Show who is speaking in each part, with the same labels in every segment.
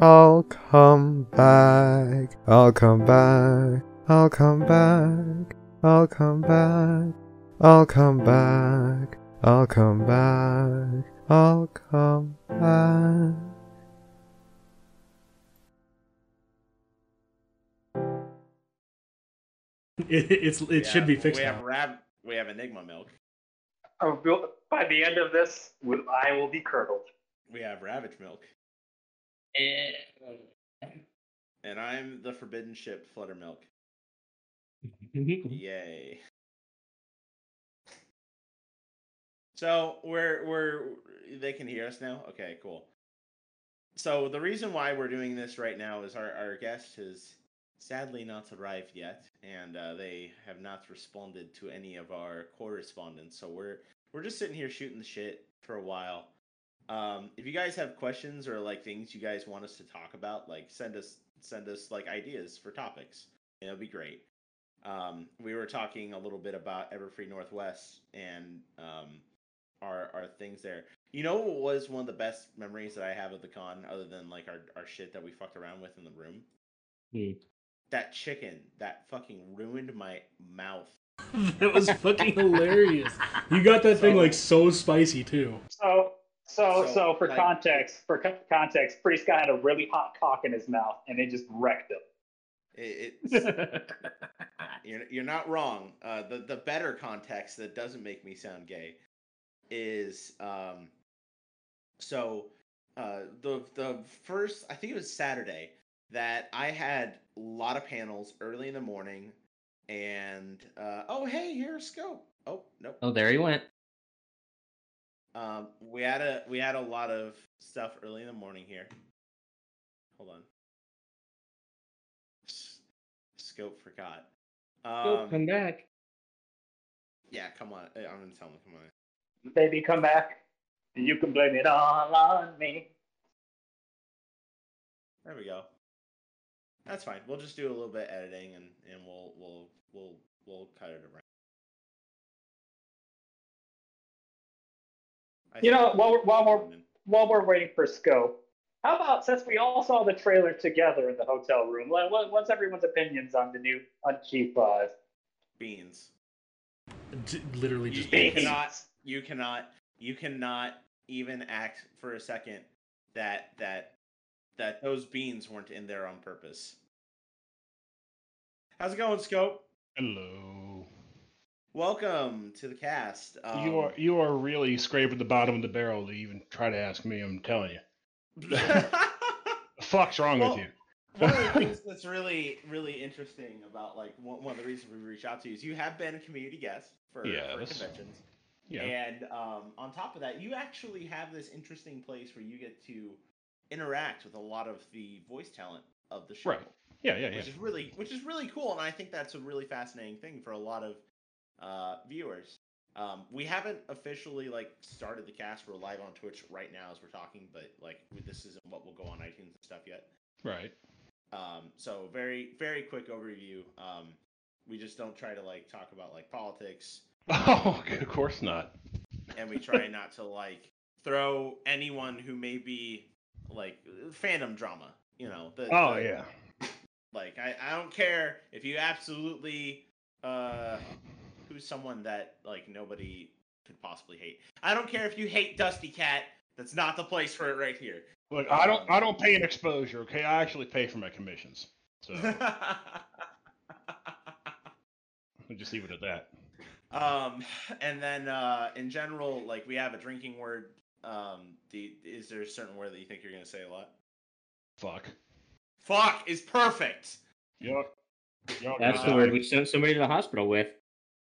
Speaker 1: I'll come back. I'll come back. I'll come back. I'll come back. I'll come back. I'll come back. I'll come back.
Speaker 2: It, it's it should be fixed
Speaker 3: We
Speaker 2: now.
Speaker 3: have rab- we have Enigma milk.
Speaker 4: I will, by the end of this, will- I will be curdled.
Speaker 3: We have Ravage milk, and I'm the Forbidden Ship Flutter milk. Yay! So we're we're they can hear us now. Okay, cool. So the reason why we're doing this right now is our our guest has sadly not arrived yet, and uh, they have not responded to any of our correspondence. So we're we're just sitting here shooting the shit for a while. Um, if you guys have questions or like things you guys want us to talk about, like send us send us like ideas for topics. It'll be great um, we were talking a little bit about Everfree Northwest and um, our our things there. You know what was one of the best memories that I have of the con, other than like our, our shit that we fucked around with in the room? That chicken that fucking ruined my mouth.
Speaker 2: that was fucking hilarious. You got that thing like so spicy too.
Speaker 4: So, so,
Speaker 3: So,
Speaker 4: so, for
Speaker 3: like-
Speaker 4: context, for co- context, Priest guy had a really hot cock in his mouth, and it just wrecked him.
Speaker 3: It, it's, you're, you're not wrong. Uh, the the better context that doesn't make me sound gay is um, so uh, the the first I think it was Saturday that I had a lot of panels early in the morning, and uh, oh hey here's scope. Oh nope.
Speaker 5: Oh, there he went.
Speaker 3: Um, we had a we had a lot of stuff early in the morning here. Hold on. S- Scope forgot.
Speaker 5: Oh,
Speaker 3: Um,
Speaker 5: come back.
Speaker 3: yeah, come on. uh, I'm gonna tell him. Come on.
Speaker 4: Baby, come back. You can blame it all on me.
Speaker 3: There we go. That's fine. We'll just do a little bit of editing and and we'll we'll we'll we'll cut it around. I
Speaker 4: You know,
Speaker 3: think-
Speaker 4: while we're- while we're- While we're waiting for Scope, how about since we all saw the trailer together in the hotel room, what, what- what's everyone's opinions on the new on G5?
Speaker 3: beans,
Speaker 2: D- literally
Speaker 3: you,
Speaker 2: just
Speaker 3: you
Speaker 4: beans.
Speaker 3: cannot you cannot you cannot even act for a second that that that those beans weren't in there on purpose. How's it going, Scope?
Speaker 6: Hello.
Speaker 3: Welcome to the cast. Um,
Speaker 6: you are you are really scraping the bottom of the barrel to even try to ask me. I'm telling you.
Speaker 3: Um,
Speaker 6: The fuck's wrong
Speaker 3: Well-
Speaker 6: with you?
Speaker 3: one of the things that's really really interesting about like one, one of the reasons we reached out to you is you have been a community guest for, for
Speaker 6: Yes.
Speaker 3: conventions
Speaker 6: Yeah.
Speaker 3: and um, on top of that you actually have this interesting place where you get to interact with a lot of the voice talent of the show
Speaker 6: Right. Yeah. Yeah. Yeah.
Speaker 3: which is really which is really cool and i think that's a really fascinating thing for a lot of uh, viewers um, we haven't officially like started the cast we're live on twitch right now as we're talking but like this isn't what will go on itunes and stuff yet
Speaker 6: Right.
Speaker 3: um, so very very quick overview. Um, we just don't try to like talk about like politics,
Speaker 6: Oh, good, of course not.
Speaker 3: and we try not to like throw anyone who may be like fandom drama. You know. The,
Speaker 6: Oh
Speaker 3: the-
Speaker 6: yeah.
Speaker 3: Like I, I don't care if you absolutely uh, who's someone that like nobody could possibly hate. I don't care if you hate Dusty Cat. That's not the place for it right here.
Speaker 6: Look, I don't I don't pay an exposure. Okay, I actually pay for my commissions. So we'll just leave it at that.
Speaker 3: Um, and then uh, in general, like we have a drinking word. Um, the is there a certain word that you think you're gonna say a lot?
Speaker 6: Fuck.
Speaker 3: Fuck is perfect.
Speaker 6: Yuck. Yuck.
Speaker 5: That's the
Speaker 3: Uh,
Speaker 5: word we sent somebody to the hospital with.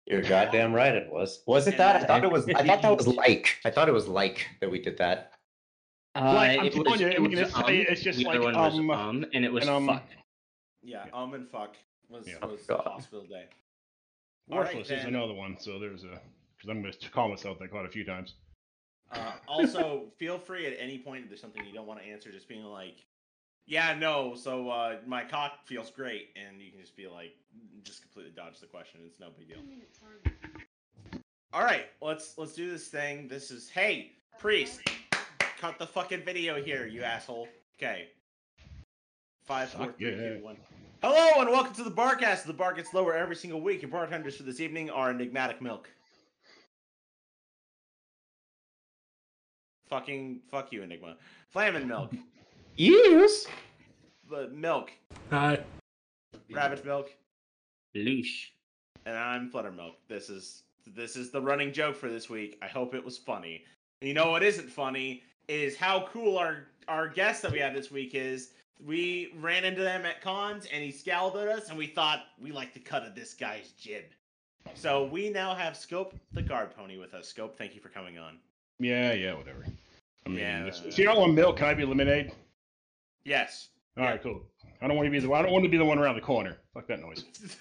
Speaker 7: You're goddamn right. It was. Was it that? I thought it was. I thought that was like. I thought it was like that we did that.
Speaker 5: Uh,
Speaker 6: Like, I'm
Speaker 5: it
Speaker 6: telling
Speaker 5: was,
Speaker 6: you,
Speaker 5: it
Speaker 6: I'm
Speaker 5: was
Speaker 6: gonna
Speaker 5: um,
Speaker 6: say it's just
Speaker 5: the other
Speaker 6: like,
Speaker 5: one was
Speaker 6: um,
Speaker 5: um, and it was
Speaker 6: and, um,
Speaker 5: fuck.
Speaker 3: Yeah,
Speaker 6: Yeah.
Speaker 3: um and fuck was
Speaker 6: Yeah.
Speaker 3: was
Speaker 7: Oh, God.
Speaker 3: hospital day. All right,
Speaker 6: Worthless is
Speaker 3: then.
Speaker 6: another one. So there's a because I'm going to call myself that quite a few times.
Speaker 3: Uh, also, feel free at any point if there's something you don't want to answer, just being like, "Yeah, no." So uh, my cock feels great, and you can just be like, just completely dodge the question. It's no big deal. All right, let's let's do this thing. This is hey priest, cut the fucking video here, you asshole. Okay, Five, four,
Speaker 6: Fuck
Speaker 3: three, two, one.
Speaker 6: yeah.
Speaker 3: Hello and welcome to the Barcast. The bar gets lower every single week. Your bartenders for this evening are Enigmatic Milk. Fucking fuck you, Enigma. Flamin' Milk.
Speaker 7: Yes.
Speaker 3: Uh, milk.
Speaker 2: Hi.
Speaker 3: Ravage Milk.
Speaker 5: Loosh.
Speaker 3: and I'm Fluttermilk. This is this is the running joke for this week. I hope it was funny. And you know what isn't funny is how cool our our guest that we have this week is. We ran into them at cons and he scowled at us and we thought we like the cut of this guy's jib. So we now have Scope the guard pony with us. Scope, thank you for coming on.
Speaker 6: Yeah, yeah, whatever. I mean,
Speaker 3: Yeah.
Speaker 6: if, if you don't want milk, can I be lemonade?
Speaker 3: Yes.
Speaker 6: All right, cool. I don't want to be the I don't want to be the one around the corner. Fuck that noise.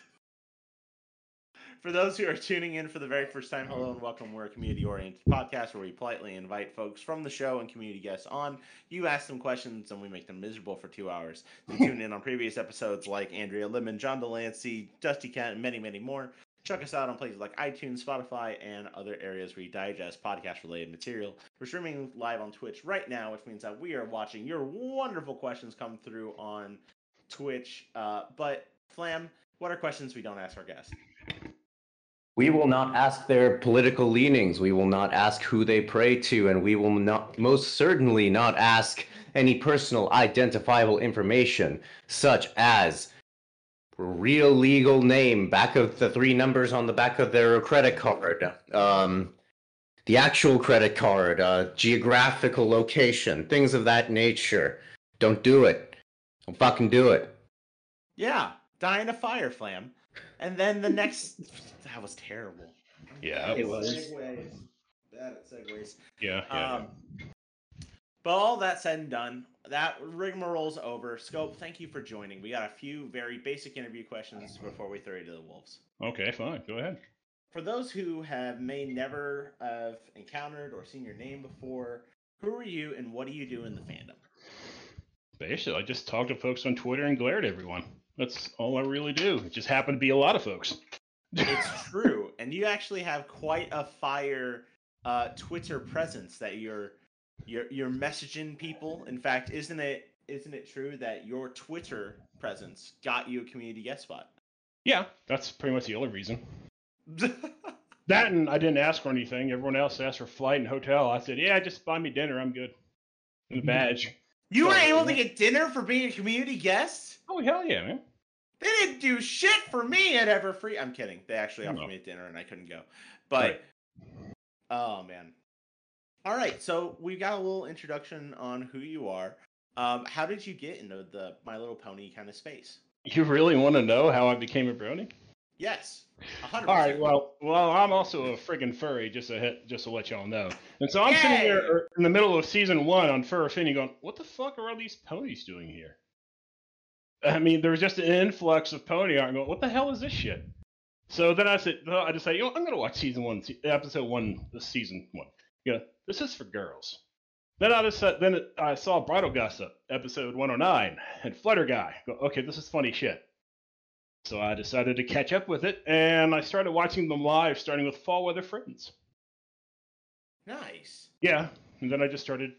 Speaker 3: For those who are tuning in for the very first time, hello and welcome. We're a community oriented podcast where we politely invite folks from the show and community guests on. You ask them questions and we make them miserable for two hours. So tune in on previous episodes like Andrea Lemon, John Delancey, Dusty Cat, and many, many more. Check us out on places like iTunes, Spotify, and other areas where you digest podcast related material. We're streaming live on Twitch right now, which means that we are watching your wonderful questions come through on Twitch. Uh, but, Flam, what are questions we don't ask our guests?
Speaker 7: We will not ask their political leanings. We will not ask who they pray to, and we will not, most certainly, not ask any personal identifiable information, such as real legal name, back of the three numbers on the back of their credit card, um, the actual credit card, uh, geographical location, things of that nature. Don't do it. Don't fucking do it.
Speaker 3: Yeah, die in a fire flam. And then the next that was terrible.
Speaker 6: Yeah,
Speaker 5: It was.
Speaker 3: Segues. Bad at segues.
Speaker 6: Yeah, yeah.
Speaker 3: Um, but all that said and done, that rigmarole's over. Scope, thank you for joining. We got a few very basic interview questions before we throw you to the wolves.
Speaker 6: okay, fine. Go ahead.
Speaker 3: For those who have may never have encountered or seen your name before, who are you and what do you do in the fandom?
Speaker 6: Basically, I just talk to folks on Twitter and glare at everyone. That's all I really do. It just happened to be a lot of folks.
Speaker 3: It's true, and you actually have quite a fire uh, Twitter presence that you're you're you're messaging people. In fact, isn't it isn't it true that your Twitter presence got you a community guest spot?
Speaker 6: yeah, that's pretty much the only reason. That and I didn't ask for anything. Everyone else asked for flight and hotel. I said, yeah, just buy me dinner. I'm good. And a badge.
Speaker 3: you were
Speaker 6: Yeah,
Speaker 3: able to
Speaker 6: yeah.
Speaker 3: get dinner for being a community guest.
Speaker 6: Oh hell yeah, man.
Speaker 3: They didn't do shit for me at Everfree. I'm kidding. They actually offered
Speaker 6: No.
Speaker 3: me dinner and I couldn't go. But Oh man. All right, so we got a little introduction on who you are. Um, how did you get into the My Little Pony kind of space?
Speaker 6: You really want to know how I became a brownie?
Speaker 3: Yes, a hundred.
Speaker 6: All right.
Speaker 3: percent.
Speaker 6: Well, well, I'm also a friggin' furry, just to hit, just to let y'all know. And so I'm sitting there
Speaker 3: Yay!
Speaker 6: er, in the middle of season one on Fur Affinity, going, "What the fuck are all these ponies doing here?" I mean, there was just an influx of pony art. I'm going, "What the hell is this shit?" So then I said, no, I decided, you know, I'm gonna watch season one, se- episode one, this season one. You know, this is for girls. Then I just then it- I saw Bridal Gossip episode 109 and Flutter Guy. Go, okay, this is funny shit. So I decided to catch up with it, and I started watching them live, starting with Fall Weather Friends.
Speaker 3: nice.
Speaker 6: Yeah, and then I just started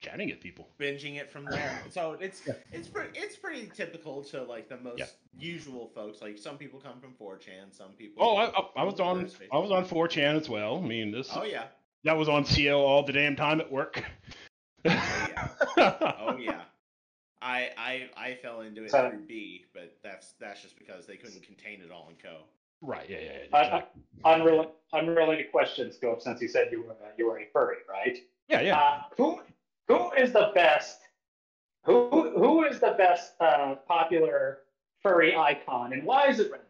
Speaker 6: chatting at people.
Speaker 3: Binging it from there. So it's it's pretty it's pretty typical to like the most usual folks. Like some people come from 4chan, some people.
Speaker 6: Oh, I, I, I was on
Speaker 3: Thursday.
Speaker 6: I was on 4chan as well. I mean, this
Speaker 3: Oh yeah.
Speaker 6: that was on CO all the damn time at work.
Speaker 3: Oh yeah. Oh yeah. I I I fell into it
Speaker 4: So-
Speaker 3: through B, but that's that's just because they couldn't contain it all in co.
Speaker 6: Right. Yeah. Yeah. yeah
Speaker 4: I- I-
Speaker 3: Uh,
Speaker 6: exactly.
Speaker 4: Unrelated, unrelated question, Scope, since you said you were, you were a furry, right?
Speaker 6: yeah. Yeah.
Speaker 4: Uh, who who is the best? Who who is the best uh, popular furry icon, and why is it Reynolds?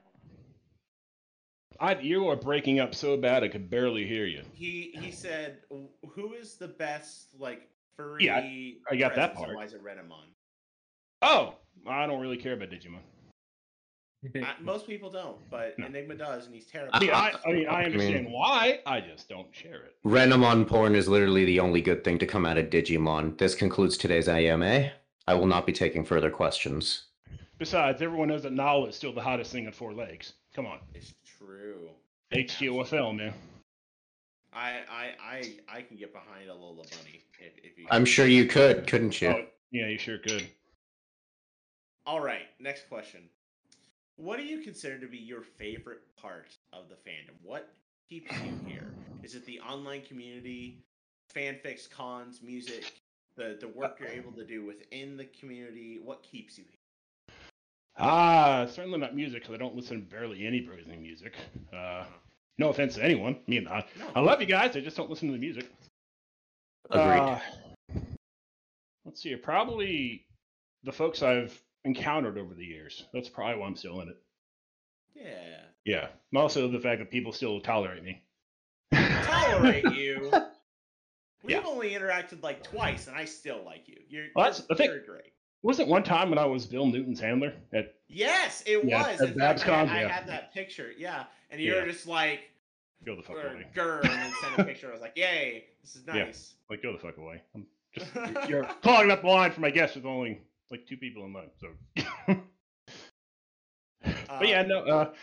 Speaker 6: I, you are breaking up so bad I could barely hear you.
Speaker 3: He he said, "W- "Who is the best like furry?"
Speaker 6: I got that
Speaker 3: presence, and
Speaker 6: part.
Speaker 3: Why is it Renamon?
Speaker 6: Oh, I don't really care about Digimon.
Speaker 3: I, most people don't, but
Speaker 6: No.
Speaker 3: Enigma does, and he's terrible.
Speaker 6: I mean, I, I, mean, I
Speaker 7: I mean-
Speaker 6: understand why. I just don't share it.
Speaker 7: Renamon porn is literally the only good thing to come out of Digimon. This concludes today's AMA. I will not be taking further questions.
Speaker 6: Besides, everyone knows that Nala is still the hottest thing on four legs. Come on,
Speaker 3: It's true.
Speaker 6: HGOFL, man.
Speaker 3: I I I I can get behind a Lola Bunny if if you.
Speaker 7: I'm sure you could, couldn't you?
Speaker 6: Oh, yeah, you sure could.
Speaker 3: All right, next question. What do you consider to be your favorite part of the fandom? What keeps you here? Is it the online community, fanfics, cons, music, the the work you're able to do within the community? What keeps you here?
Speaker 6: Ah, certainly not music because I don't listen to barely any bruising music. Uh, no offense to anyone, me and I. I love you guys. I just don't listen to the music.
Speaker 7: Agreed.
Speaker 6: Uh, let's see. Probably the folks I've encountered over the years. That's probably why I'm still in it.
Speaker 3: Yeah.
Speaker 6: Yeah. and Also, the fact that people still tolerate me.
Speaker 3: Tolerate you. We've
Speaker 6: Yeah.
Speaker 3: only interacted like twice, and I still like you. You're,
Speaker 6: Well, that's- I
Speaker 3: you're,
Speaker 6: think-
Speaker 3: you're great.
Speaker 6: Was it one time when I was Bill Newton's handler at
Speaker 3: Yes, it
Speaker 6: Yeah,
Speaker 3: was.
Speaker 6: at
Speaker 3: In fact, I,
Speaker 6: BabsCon,
Speaker 3: I
Speaker 6: yeah.
Speaker 3: had that picture. Yeah, and you're
Speaker 6: Yeah.
Speaker 3: just like,
Speaker 6: Go the fuck
Speaker 3: or
Speaker 6: away.
Speaker 3: Gurr, and then sent a picture. I was like, yay, this is
Speaker 6: Yeah.
Speaker 3: nice.
Speaker 6: Like, go the fuck away. I'm just you're- you're clogging up the line for my guests with only like two people in line. So, but yeah, no uh,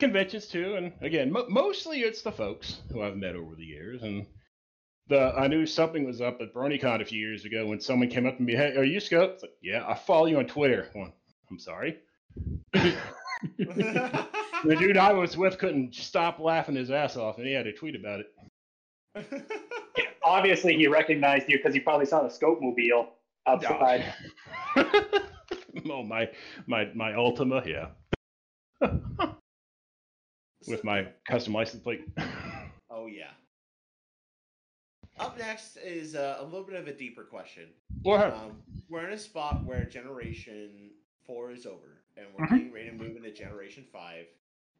Speaker 6: conventions too, and again, mo- mostly it's the folks who I've met over the years, and the I knew something was up at BronyCon a few years ago when someone came up to me, "Hey, are you Scope?" It's like, yeah, I follow you on Twitter. I'm, like, I'm sorry. the dude I was with couldn't stop laughing his ass off, and he had a tweet about it.
Speaker 4: Obviously, he recognized you because he probably saw the scope mobile outside.
Speaker 6: oh my my my Ultima, yeah. With my custom license plate.
Speaker 3: oh yeah. Up next is uh, a little bit of a deeper question.
Speaker 6: What happened?
Speaker 3: Um, we're in a spot where Generation Four is over, and we're
Speaker 6: Mhm.
Speaker 3: getting ready to move into Generation Five.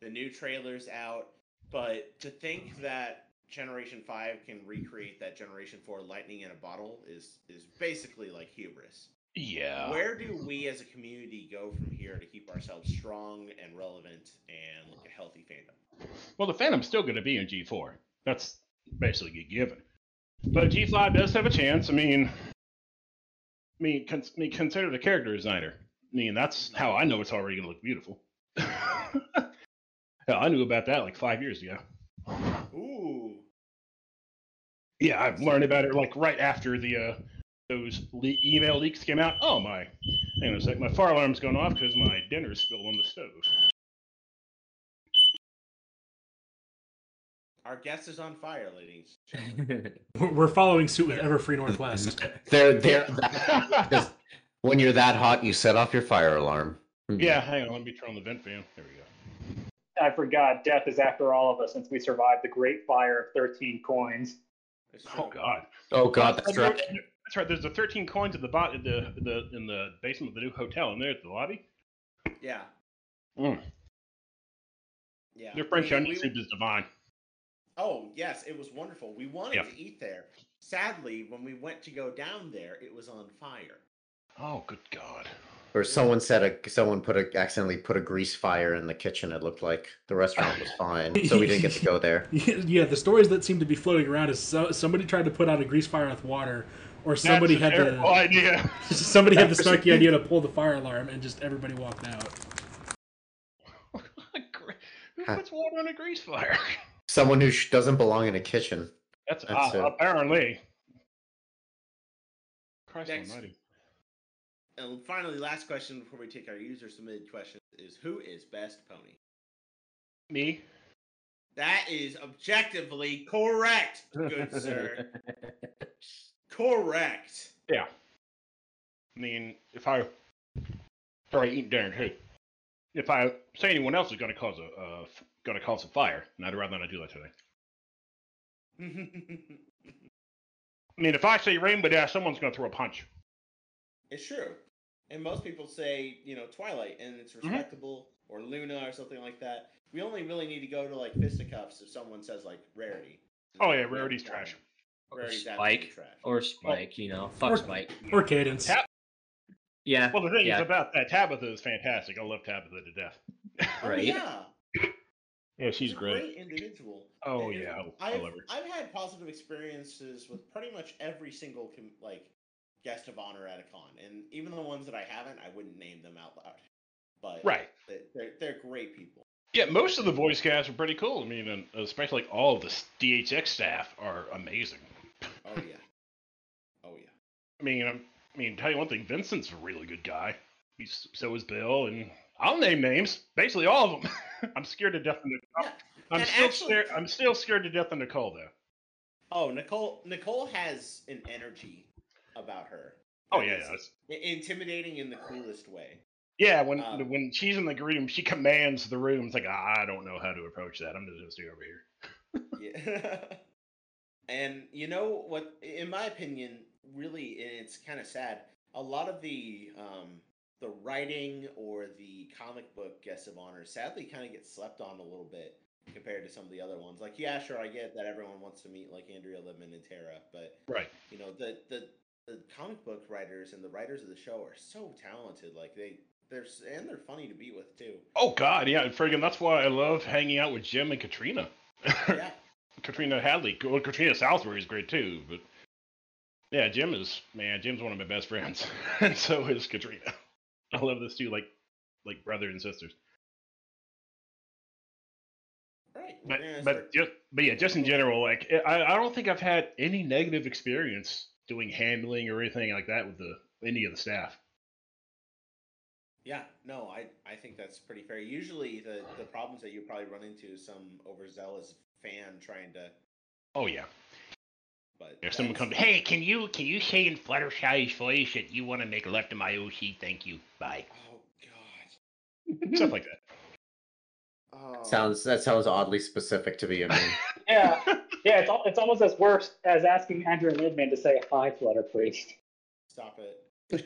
Speaker 3: The new trailer's out, but to think that Generation Five can recreate that Generation Four lightning in a bottle is is basically like hubris.
Speaker 6: Yeah.
Speaker 3: Where do we as a community go from here to keep ourselves strong and relevant and like a healthy fandom?
Speaker 6: Well, the Phantom's still going to be in G4. That's basically a given. But G5 does have a chance. I mean, I mean, cons- I mean consider the character designer. I mean, that's how I know it's already going to look beautiful. Hell, I knew about that like five years ago.
Speaker 3: Ooh.
Speaker 6: Yeah, I've learned about it like right after the uh, those le- email leaks came out. Oh my! Hang on a sec. My fire alarm's going off because my dinner's spilled on the stove.
Speaker 3: Our guest is on fire, ladies.
Speaker 2: We're we're following suit with Everfree Northwest.
Speaker 7: They're, they're, just, when you're that hot, you set off your fire alarm. Hmm.
Speaker 6: Yeah, hang on. Let me turn on the vent fan. There we go.
Speaker 4: I forgot death is after all of us since we survived the great fire of 13 coins.
Speaker 3: It's
Speaker 6: Oh
Speaker 3: true.
Speaker 6: God.
Speaker 7: Oh, God, that's
Speaker 6: Uh, there-
Speaker 7: right.
Speaker 6: That's right. There's the 13 coins at the bot at the, the in the basement of the new hotel, and they're at the lobby.
Speaker 3: Yeah.
Speaker 6: Mm.
Speaker 3: Yeah.
Speaker 6: Their French
Speaker 3: We-
Speaker 6: onion
Speaker 3: we-
Speaker 6: soup is divine.
Speaker 3: Oh yes, it was wonderful. We wanted
Speaker 6: Yeah.
Speaker 3: to eat there. Sadly, when we went to go down there, it was on fire.
Speaker 6: Oh, good God.
Speaker 7: Or someone said a someone put a accidentally put a grease fire in the kitchen. It looked like the restaurant was fine, so we didn't get to go there.
Speaker 2: yeah, the stories that seem to be floating around is so, somebody tried to put out a grease fire with water, or somebody
Speaker 6: That's a
Speaker 2: had the
Speaker 6: terrible idea.
Speaker 2: somebody had the snarky idea to pull the fire alarm, and just everybody walked out.
Speaker 6: Gre- Who puts water on a grease fire?
Speaker 7: Someone who sh- doesn't belong in a kitchen.
Speaker 6: That's,
Speaker 7: That's
Speaker 6: uh,
Speaker 7: it.
Speaker 6: apparently. Christ
Speaker 3: Next.
Speaker 6: Almighty.
Speaker 3: And finally, last question before we take our user submitted question is who is best pony?
Speaker 6: Me.
Speaker 3: That is objectively correct, good sir. Correct.
Speaker 6: I mean, if I sorry, eating dinner too. If I say anyone else is going to cause a uh, f- going to cause a fire, and I'd rather not do that today.
Speaker 3: it's
Speaker 6: I mean, if I say Rainbow Dash, someone's going to throw a punch.
Speaker 3: true. And most people say, you know, Twilight, and it's
Speaker 6: Mm-hmm.
Speaker 3: respectable, or Luna, or something like that. We only really need to go to like fisticuffs if someone says like rarity.
Speaker 6: Oh, yeah, rarity's trash.
Speaker 3: Rarity's
Speaker 5: Spike.
Speaker 3: absolute trash.
Speaker 5: Or Spike, you know. Fuck
Speaker 2: Or-
Speaker 5: Spike.
Speaker 2: Or cadence.
Speaker 6: Yeah.
Speaker 5: Yeah.
Speaker 6: Well, the thing
Speaker 5: Yeah.
Speaker 6: is about that Tabitha is fantastic. I love Tabitha to death.
Speaker 3: Oh,
Speaker 5: Right.
Speaker 3: Yeah,
Speaker 6: Yeah,
Speaker 3: she's
Speaker 6: she's
Speaker 3: a
Speaker 6: great.
Speaker 3: great individual.
Speaker 6: Oh
Speaker 3: And
Speaker 6: yeah, I, I
Speaker 3: I've,
Speaker 6: love her.
Speaker 3: I've had positive experiences with pretty much every single com- like guest of honor at a con, and even the ones that I haven't, I wouldn't name them out loud. But
Speaker 6: Right.
Speaker 3: they- they're they're great people.
Speaker 6: Yeah, most of the voice casts are pretty cool. I mean, and especially like all of the s- DHX staff are amazing.
Speaker 3: Oh yeah, oh yeah.
Speaker 6: I mean, I'm, I mean, tell you one thing, Vincent's a really good guy. he's- so was Bill, and I'll name names. Basically, all of them. I'm scared to death. Of Nicole.
Speaker 3: Yeah,
Speaker 6: I'm- I'm
Speaker 3: and
Speaker 6: still
Speaker 3: actually-
Speaker 6: scared. I'm still scared to death of Nicole though.
Speaker 3: Oh, Nicole. Nicole has an energy about her.
Speaker 6: Oh
Speaker 3: that
Speaker 6: yeah,
Speaker 3: is
Speaker 6: yeah. it's-
Speaker 3: i- intimidating in the coolest way.
Speaker 6: yeah. When
Speaker 3: Um,
Speaker 6: when she's in the room, she commands the room. It's like I don't know how to approach that. I'm just gonna stay over here.
Speaker 3: Yeah. and you know what? In my opinion, really, and it's kind of sad. A lot of the um, the writing or the comic book guests of honor sadly kind of get slept on a little bit compared to some of the other ones. Like, yeah, sure, I get that everyone wants to meet like Andrea Libman and Tara, but
Speaker 6: Right.
Speaker 3: you know the the the comic book writers and the writers of the show are so talented. Like they they're s- and they're funny to be with too.
Speaker 6: Oh God, yeah, friggin' that's why I love hanging out with Jim and Katrina.
Speaker 3: Yeah.
Speaker 6: Katrina Hadley. Well, Katrina Southbury is great too, but yeah, Jim is man. Jim's one of my best friends, and so is Katrina. I love those two like like brothers and sisters.
Speaker 3: All right. we're
Speaker 6: But
Speaker 3: gonna
Speaker 6: but
Speaker 3: start-
Speaker 6: just but yeah, just in general, like I- I I don't think I've had any negative experience doing handling or anything like that with the any of the staff.
Speaker 3: Yeah, no, I, I think that's pretty fair. Usually the, the problems that you probably run into is some overzealous fan trying to
Speaker 6: Oh yeah.
Speaker 3: but
Speaker 6: If someone
Speaker 3: that's-
Speaker 6: comes, hey, can you can you say in Fluttershy's voice that you want to make left of my OC? Thank you. Bye.
Speaker 3: Oh god.
Speaker 6: Stuff like that.
Speaker 3: Oh.
Speaker 7: Sounds that sounds oddly specific to be a meme.
Speaker 4: Yeah, yeah. It's al- it's almost as worse as asking Andrew Lidman to say hi, Flutter Priest.
Speaker 3: stop it. Stop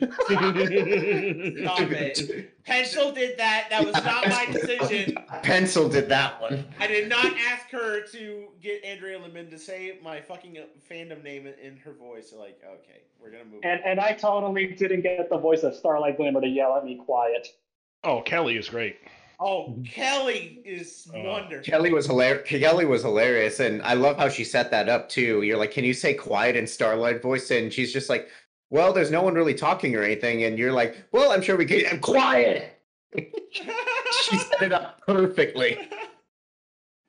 Speaker 7: Stop
Speaker 3: it. Pencil did that. That was not my decision.
Speaker 7: Pencil did that one.
Speaker 3: I did not ask her to get Andrea Lemon to say my fucking uh, fandom name in- in her voice. Like, okay, we're gonna move.
Speaker 4: And and I totally didn't get the voice of Starlight Glimmer to yell at me quiet.
Speaker 6: Oh, Kelly is great.
Speaker 3: oh, Kelly is
Speaker 6: Oh.
Speaker 3: wonderful.
Speaker 7: Kelly was hilarious. Kelly was hilarious, and I love how she set that up too. You're like, "Can you say quiet in Starlight voice?" And she's just like, "Well, there's no one really talking or anything." And you're like, "Well, I'm sure we can." I'm quiet. She set it up perfectly.
Speaker 3: It's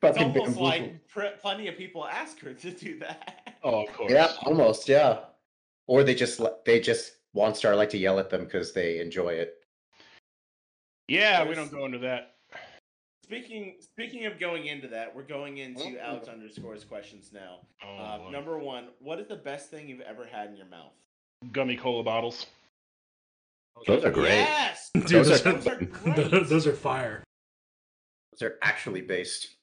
Speaker 7: Fucking
Speaker 3: almost
Speaker 7: bamboozled.
Speaker 3: like pr- plenty of people ask her to do that.
Speaker 6: Oh, of course.
Speaker 7: yeah, almost yeah. Or they just let- they just want Starlight to yell at them because they enjoy it.
Speaker 6: Yeah, we
Speaker 3: There's-
Speaker 6: don't go into that.
Speaker 3: Speaking speaking of going into that, we're going into
Speaker 7: Oh.
Speaker 3: Alex underscores questions now.
Speaker 6: Oh,
Speaker 3: Uh,
Speaker 6: Lord.
Speaker 3: number one, what is the best thing you've ever had in your mouth?
Speaker 6: gummy cola bottles.
Speaker 7: Those are great.
Speaker 3: Yes,
Speaker 2: Dude,
Speaker 7: Those
Speaker 2: those,
Speaker 7: are-
Speaker 2: are,
Speaker 3: great.
Speaker 2: those are fire.
Speaker 7: Those are actually based.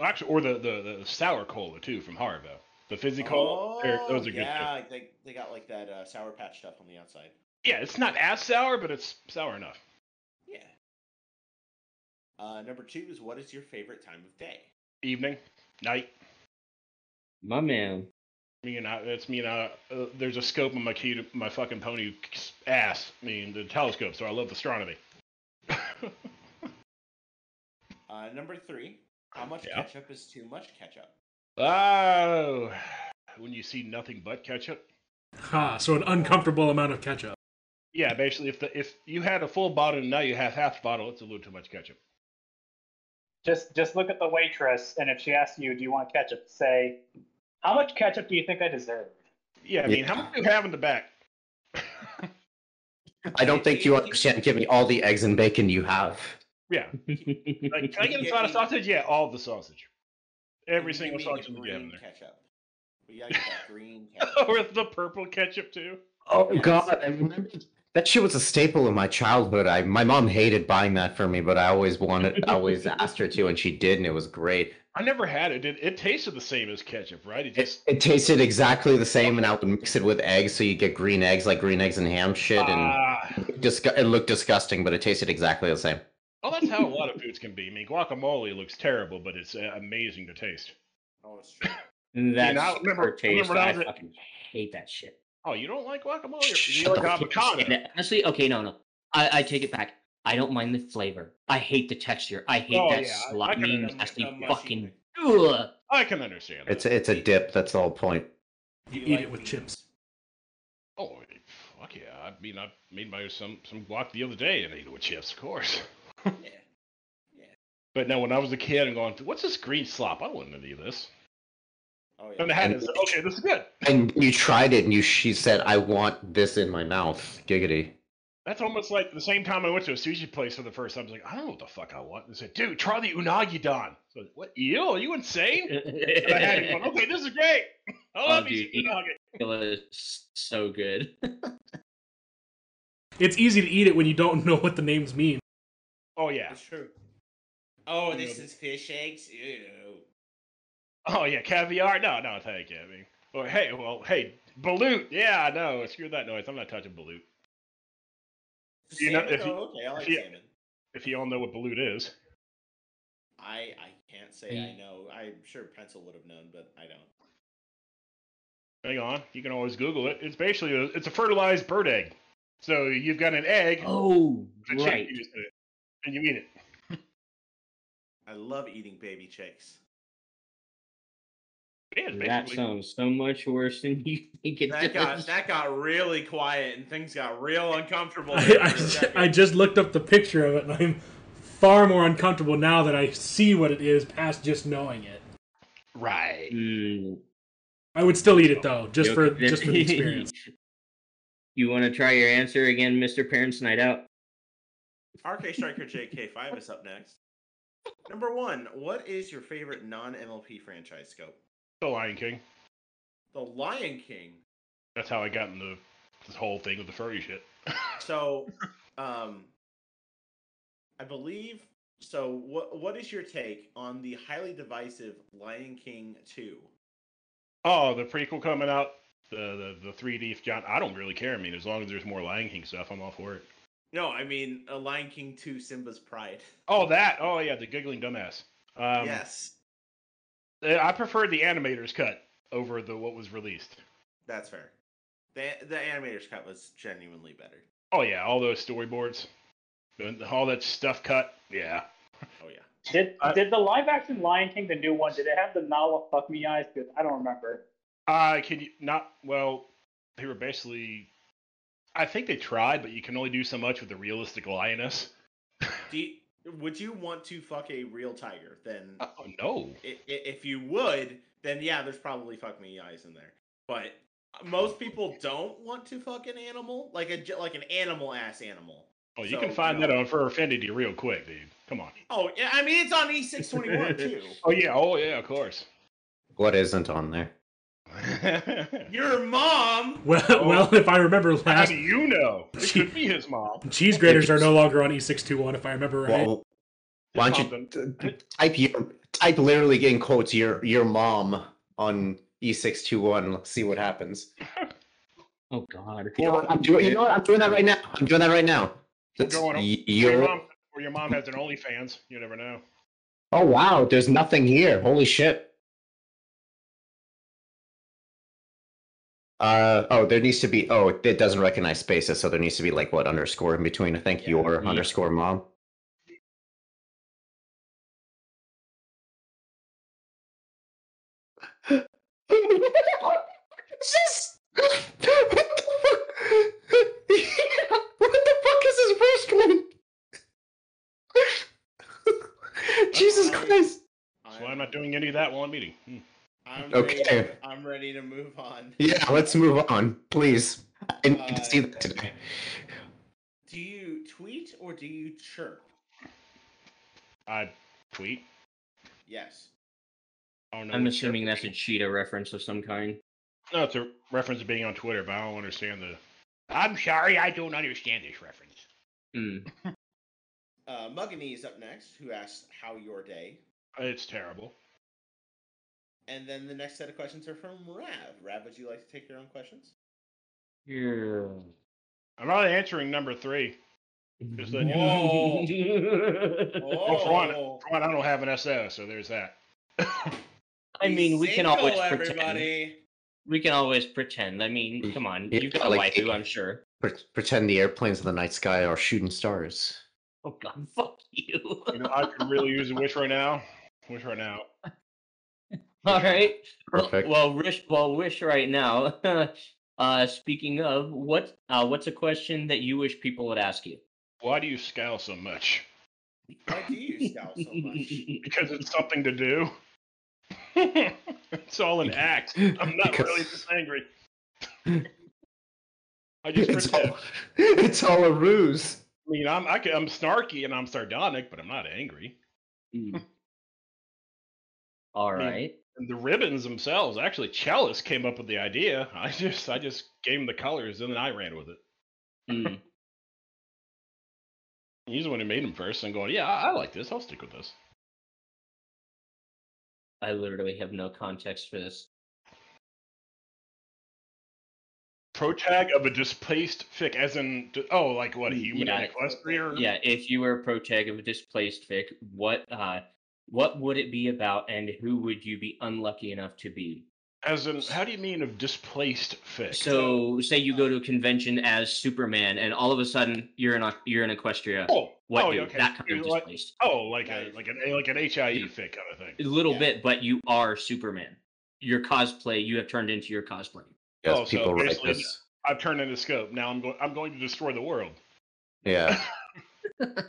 Speaker 6: Actually, or the, the, the sour cola too from Haribo. The fizzy cola. they're- those are good. too.
Speaker 3: Oh, yeah, they they got like that uh, sour patch stuff on the outside.
Speaker 6: Yeah, it's not as sour, but it's sour enough.
Speaker 3: Yeah. Uh, number two is what is your favorite time of day?
Speaker 6: Evening, night.
Speaker 5: My man.
Speaker 6: Me and I, it's me and I. Uh, there's a scope on my key to my fucking pony ass. I mean the telescope. So I love astronomy.
Speaker 3: Uh, number three, how much
Speaker 6: Yeah.
Speaker 3: ketchup is too much ketchup?
Speaker 6: oh, when you see nothing but ketchup.
Speaker 2: Ha, so an uncomfortable amount of ketchup.
Speaker 6: Yeah, basically, if the if you had a full bottle and now you have half the bottle, it's a little too much ketchup.
Speaker 4: Just just look at the waitress, and if she asks you, "Do you want ketchup?" Say, "How much ketchup do you think I deserve?"
Speaker 6: Yeah, I mean, how much do you have in the back?
Speaker 7: I don't think you understand. Give me all the eggs and bacon you have.
Speaker 6: yeah, like can I get
Speaker 3: Yeah,
Speaker 6: inside a
Speaker 3: you-
Speaker 6: sausage? Yeah, all the sausage,
Speaker 3: Can
Speaker 6: every
Speaker 3: you
Speaker 6: single
Speaker 3: give me the
Speaker 6: sausage we have in
Speaker 3: green
Speaker 6: there.
Speaker 3: Ketchup. We gotta get that green ketchup.
Speaker 6: With the purple ketchup too.
Speaker 7: Oh God, I remember that shit was a staple of my childhood. I my mom hated buying that for me, but I always wanted, I always asked her to, and she did, and it was great.
Speaker 6: I never had it. It, it tasted the same as ketchup, right? It
Speaker 7: It,
Speaker 6: just
Speaker 7: it tasted exactly the same, and I would mix it with eggs, so you get green eggs, like green eggs and ham shit, and
Speaker 6: Ah.
Speaker 7: disgu- it looked disgusting, but it tasted exactly the same.
Speaker 6: Oh, that's how a lot of foods can be. I mean, guacamole looks terrible, but it's uh, amazing to taste.
Speaker 3: Oh, it's true.
Speaker 5: That
Speaker 6: I remember-
Speaker 5: super taste.
Speaker 6: remember when I
Speaker 5: I
Speaker 6: was a-
Speaker 5: fucking hate that shit.
Speaker 6: Oh, you don't like guacamole? You
Speaker 5: Shut
Speaker 6: like
Speaker 5: the fuck up.
Speaker 6: avocado?
Speaker 5: And Honestly, okay, no, no. I, I take it back. I don't mind the flavor. I hate the texture. I hate
Speaker 6: Oh,
Speaker 5: that
Speaker 6: yeah, I- I
Speaker 5: slimy,
Speaker 6: can-
Speaker 5: nasty
Speaker 3: I'm mushy.
Speaker 5: fucking. Ugh.
Speaker 6: I can understand. That.
Speaker 7: It's a, it's a dip. That's the whole point.
Speaker 3: Do
Speaker 2: You eat it with chips.
Speaker 6: oh, fuck yeah! I mean, I made my some some guac the other day and ate it with chips, of course.
Speaker 3: Yeah.
Speaker 6: But no, when I was a kid, I'm going, what's this green slop? I don't want any of this.
Speaker 3: Oh
Speaker 6: And I
Speaker 3: yeah.
Speaker 6: had it. so, Okay, this is good.
Speaker 7: And you tried it, and you she said, "I want this in my mouth." Giggity.
Speaker 6: That's almost like the same time I went to a sushi place for the first time. I was like, I don't know what the fuck I want. They said, dude, try the unagi don. So, what? Ew, are you insane? And I had it going, okay, this is great. I love
Speaker 5: Oh,
Speaker 6: these
Speaker 5: dude.
Speaker 6: unagi.
Speaker 5: It's so good.
Speaker 2: It's easy to eat it when you don't know what the names mean.
Speaker 6: Oh, yeah.
Speaker 3: true. Oh, this
Speaker 6: Yeah.
Speaker 3: is fish eggs. Ew.
Speaker 6: Oh, yeah. Caviar? No, no, thank you. I mean, or, hey, well, hey, balut. Yeah, no, screw that noise. I'm not touching balut. You know,
Speaker 3: Salmon?
Speaker 6: if you-
Speaker 3: oh, okay, I like
Speaker 6: you-
Speaker 3: salmon.
Speaker 6: If you all know what balut is.
Speaker 3: I I can't say
Speaker 6: Mm.
Speaker 3: I know. I'm sure Pencil would have known, but I don't.
Speaker 6: Hang on, you can always Google it. It's basically a, it's a fertilized bird egg. So you've got an egg,
Speaker 5: Oh,
Speaker 6: with a chick
Speaker 5: right.
Speaker 6: used in it, and you eat it.
Speaker 3: I love eating baby chicks.
Speaker 6: Yeah, it's
Speaker 5: That
Speaker 6: basically-
Speaker 5: sounds so much worse than you think it
Speaker 3: That got
Speaker 5: does.
Speaker 3: that got really quiet and things got real uncomfortable.
Speaker 2: I,
Speaker 3: there
Speaker 2: I
Speaker 3: for a
Speaker 2: just,
Speaker 3: second.
Speaker 2: I just looked up the picture of it, and I'm far more uncomfortable now that I see what it is past just knowing it.
Speaker 6: right.
Speaker 5: Mm,
Speaker 2: I would still eat it though, just
Speaker 5: okay,
Speaker 2: for
Speaker 5: then-
Speaker 2: just for the experience.
Speaker 5: you want to try your answer again, Mister Parents Night Out?
Speaker 3: RK Striker JK5 is up next. Number one, what is your favorite non MLP franchise scope?
Speaker 6: The Lion King.
Speaker 3: The Lion King.
Speaker 6: That's how I got into this whole thing with the furry shit.
Speaker 3: So, um, I believe. So, what what is your take on the highly divisive Lion King two?
Speaker 6: oh, the prequel coming out, the the, the 3D John. I don't really care. I mean, as long as there's more Lion King stuff, I'm all for it.
Speaker 3: No, I mean a Lion King two, Simba's Pride.
Speaker 6: Oh, that. Oh, yeah, the giggling dumbass. Um,
Speaker 3: yes,
Speaker 6: eh, I preferred the animator's cut over the what was released.
Speaker 3: that's fair. The the animator's cut was genuinely better.
Speaker 6: Oh yeah, all those storyboards, and all that stuff cut. Yeah.
Speaker 3: Oh yeah.
Speaker 4: Did
Speaker 6: I-
Speaker 4: did the live action Lion King, the new one, did it have the Nala fuck me eyes? Because I don't remember.
Speaker 6: Uh, can you not? Well, they were basically. I think they tried, but you can only do so much with the realistic lioness.
Speaker 3: Do you, would you want to fuck a real tiger? Then
Speaker 6: Oh no!
Speaker 3: i- i- if you would, then yeah, there's probably fuck me eyes in there. But uh, most people don't want to fuck an animal, like a ge- like an animal ass animal.
Speaker 6: Oh, you
Speaker 3: So,
Speaker 6: can find
Speaker 3: no.
Speaker 6: that on Fur Affinity real quick, dude. Come on.
Speaker 3: Oh, yeah, I mean it's on E621 too.
Speaker 6: Oh yeah. Oh yeah. Of course.
Speaker 7: What isn't on there?
Speaker 3: Your mom.
Speaker 2: Well, well, if I remember
Speaker 6: How
Speaker 2: last,
Speaker 6: do you know? It
Speaker 2: She-
Speaker 6: could be his mom.
Speaker 2: cheese graters are no longer on E E621. If I remember right,
Speaker 7: Well, why
Speaker 6: His
Speaker 7: don't you t- t- type your type literally in quotes your your mom on E e621? Let's see what happens.
Speaker 5: Oh God.
Speaker 7: You know what? I'm doing. You know what? I'm doing that right now. I'm doing that right now. That's
Speaker 6: going on.
Speaker 7: y-
Speaker 6: Or your
Speaker 7: your.
Speaker 6: mom, or your mom has an OnlyFans. You never know.
Speaker 7: Oh wow! There's nothing here. Holy shit. Uh oh, there needs to be. Oh, it doesn't recognize spaces, so there needs to be like what underscore in between. I think
Speaker 3: Yeah.
Speaker 7: your
Speaker 5: Yeah.
Speaker 7: underscore mom. Jesus! What the fuck? what the fuck is his first name? Jesus
Speaker 3: Alright.
Speaker 7: Christ!
Speaker 6: That's why I'm not doing any of that while I'm eating. Hmm.
Speaker 3: I'm Ready
Speaker 7: Okay.
Speaker 3: to, I'm ready to move on.
Speaker 7: Yeah, let's move on, please. I need
Speaker 3: Uh,
Speaker 7: to see that today.
Speaker 3: Do you tweet or do you chirp?
Speaker 6: I tweet.
Speaker 3: Yes.
Speaker 6: I don't know
Speaker 5: I'm
Speaker 6: what
Speaker 5: assuming
Speaker 6: shirt-
Speaker 5: that's a cheetah reference of some kind.
Speaker 6: No, it's a reference to being on Twitter, but I don't understand the. I'm sorry, I don't understand this reference.
Speaker 5: Mm.
Speaker 3: Uh, Mugany is up next, who asks how your day.
Speaker 6: It's terrible.
Speaker 3: And then the next set of questions are from Rav. Rav, would you like to take your own questions?
Speaker 5: Yeah.
Speaker 6: I'm not answering number three. Just letting you know.
Speaker 3: Whoa.
Speaker 6: Oh, for one, for one, I don't have an SO, so there's that.
Speaker 5: I mean, we
Speaker 3: He's
Speaker 5: can
Speaker 3: single,
Speaker 5: always pretend.
Speaker 3: everybody.
Speaker 5: We can always pretend. I mean, come on,
Speaker 7: Yeah,
Speaker 5: you've got a
Speaker 7: like-
Speaker 5: waifu, I'm sure.
Speaker 7: Pre- pretend the airplanes in the night sky are shooting stars.
Speaker 5: Oh God, fuck you.
Speaker 6: You know, I could really use a wish right now. Wish right now.
Speaker 5: All right. Well-
Speaker 7: Perfect.
Speaker 5: Well, wish, well, wish right now. uh, speaking of, what, uh, what's a question that you wish people would ask you?
Speaker 6: Why do you scowl so much?
Speaker 3: Why do you scowl so much?
Speaker 6: Because it's something to do. it's all an act. I'm not really
Speaker 7: Because-
Speaker 6: this angry. I just
Speaker 7: It's
Speaker 6: pretend.
Speaker 7: all, it's all a ruse.
Speaker 6: I mean, I'm I can, I'm snarky and I'm sardonic, but I'm not angry.
Speaker 5: Mm. All
Speaker 7: Hmm.
Speaker 6: mean,
Speaker 5: right.
Speaker 6: And the ribbons themselves, actually, Chalice came up with the idea. I just I just gave him the colors and then I ran with it.
Speaker 5: Mm.
Speaker 6: He's the one who made them first. And going, yeah, I, I like this. I'll stick with this.
Speaker 5: I literally have no context for this.
Speaker 6: Protag of a displaced fic, as in d- oh, like what a human
Speaker 5: Yeah,
Speaker 6: and a equestrian?
Speaker 5: Yeah, if you were a protag of a displaced fic, what uh, what would it be about, and who would you be unlucky enough to be?
Speaker 6: As in, how do you mean of displaced fic?
Speaker 5: So, say you go to a convention as Superman, and all of a sudden you're in you're in Equestria.
Speaker 6: oh,
Speaker 5: What
Speaker 6: oh,
Speaker 5: do?
Speaker 6: yeah, okay.
Speaker 5: That kind
Speaker 6: You
Speaker 5: of
Speaker 6: like-
Speaker 5: displaced.
Speaker 6: oh, like a like an like an HIE fic kind of thing.
Speaker 5: A little
Speaker 3: Yeah.
Speaker 5: bit, but you are Superman. Your cosplay, you have turned into your cosplay.
Speaker 7: Yes,
Speaker 6: Oh, so
Speaker 7: people write
Speaker 6: basically-
Speaker 7: this.
Speaker 6: I've turned into scope. Now I'm going. I'm going to destroy the world.
Speaker 7: Yeah.
Speaker 6: I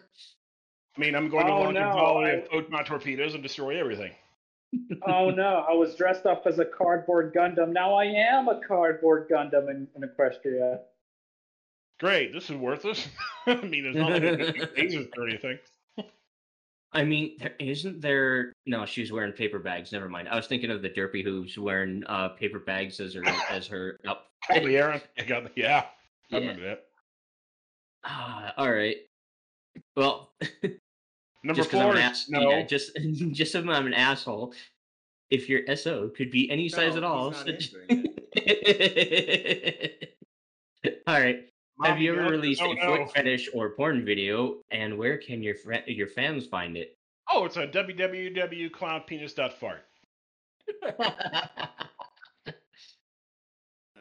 Speaker 6: mean, I'm going to
Speaker 4: Oh,
Speaker 6: launch
Speaker 4: no,
Speaker 6: a volley
Speaker 4: I-
Speaker 6: of float my torpedoes and destroy everything.
Speaker 4: oh no, I was dressed up as a cardboard Gundam. Now I am a cardboard Gundam in, in Equestria.
Speaker 6: Great, this is worthless. I mean, it's not like I can do lasers or anything.
Speaker 5: I mean, there, isn't there? No, she's wearing paper bags. Never mind. I was thinking of the derpy who's wearing uh, paper bags as her as her outfit.
Speaker 6: Probably Aaron. I got the, yeah, I
Speaker 5: Yeah.
Speaker 6: remember that.
Speaker 5: Ah, all right. Well,
Speaker 6: Number
Speaker 5: just because I'm
Speaker 6: four
Speaker 5: an
Speaker 6: is
Speaker 5: ass,
Speaker 6: no.
Speaker 5: yeah, just just if I'm an asshole, if your SO could be any size
Speaker 3: No, he's
Speaker 5: at all.
Speaker 3: not
Speaker 5: so-
Speaker 3: answering it.
Speaker 5: all right. Have
Speaker 6: Mom,
Speaker 5: you ever
Speaker 6: have to-
Speaker 5: released
Speaker 6: oh,
Speaker 5: a
Speaker 6: no.
Speaker 5: foot fetish or porn video, and where can your fri your fans find it?
Speaker 6: Oh, it's on www.clownpenis.fart.
Speaker 5: uh,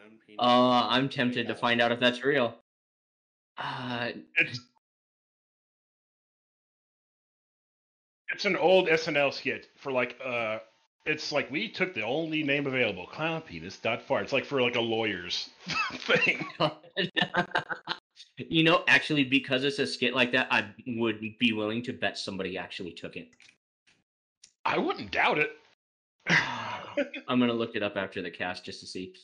Speaker 3: Um, penis.
Speaker 5: I'm tempted to find out if that's real. Uh,
Speaker 6: It's it's an old SNL skit for like uh, it's like we took the only name available, clownpenis.fart. It's like for like a lawyer's thing.
Speaker 5: you know, actually, because it's a skit like that, I would be willing to bet somebody actually took it.
Speaker 6: I wouldn't doubt it.
Speaker 5: I'm gonna look it up after the cast just to see.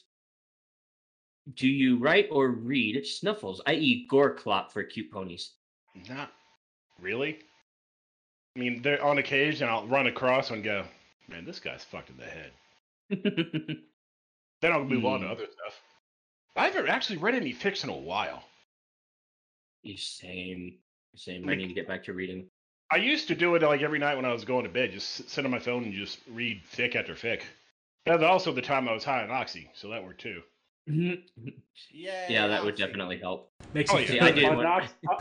Speaker 5: Do you write or read snuffles, i.e., gore clop for cute ponies?
Speaker 6: Not really. I mean, there on occasion I'll run across and go, "Man, this guy's fucked in the head." Then I'll move on to
Speaker 5: Hmm.
Speaker 6: other stuff. I haven't actually read any fiction in a while.
Speaker 5: same, same. I
Speaker 6: Like-
Speaker 5: need to get back to reading.
Speaker 6: I used to do it like every night when I was going to bed, just s- sit on my phone and just read fic after fic. That's also the time I was high on oxy, so that worked too.
Speaker 3: Yay,
Speaker 5: Mm-hmm. yeah, that would
Speaker 3: Oxy.
Speaker 5: definitely help.
Speaker 2: Makes
Speaker 6: Oh,
Speaker 2: it
Speaker 6: yeah.
Speaker 5: See, I did
Speaker 4: On
Speaker 5: one.
Speaker 4: ox- o-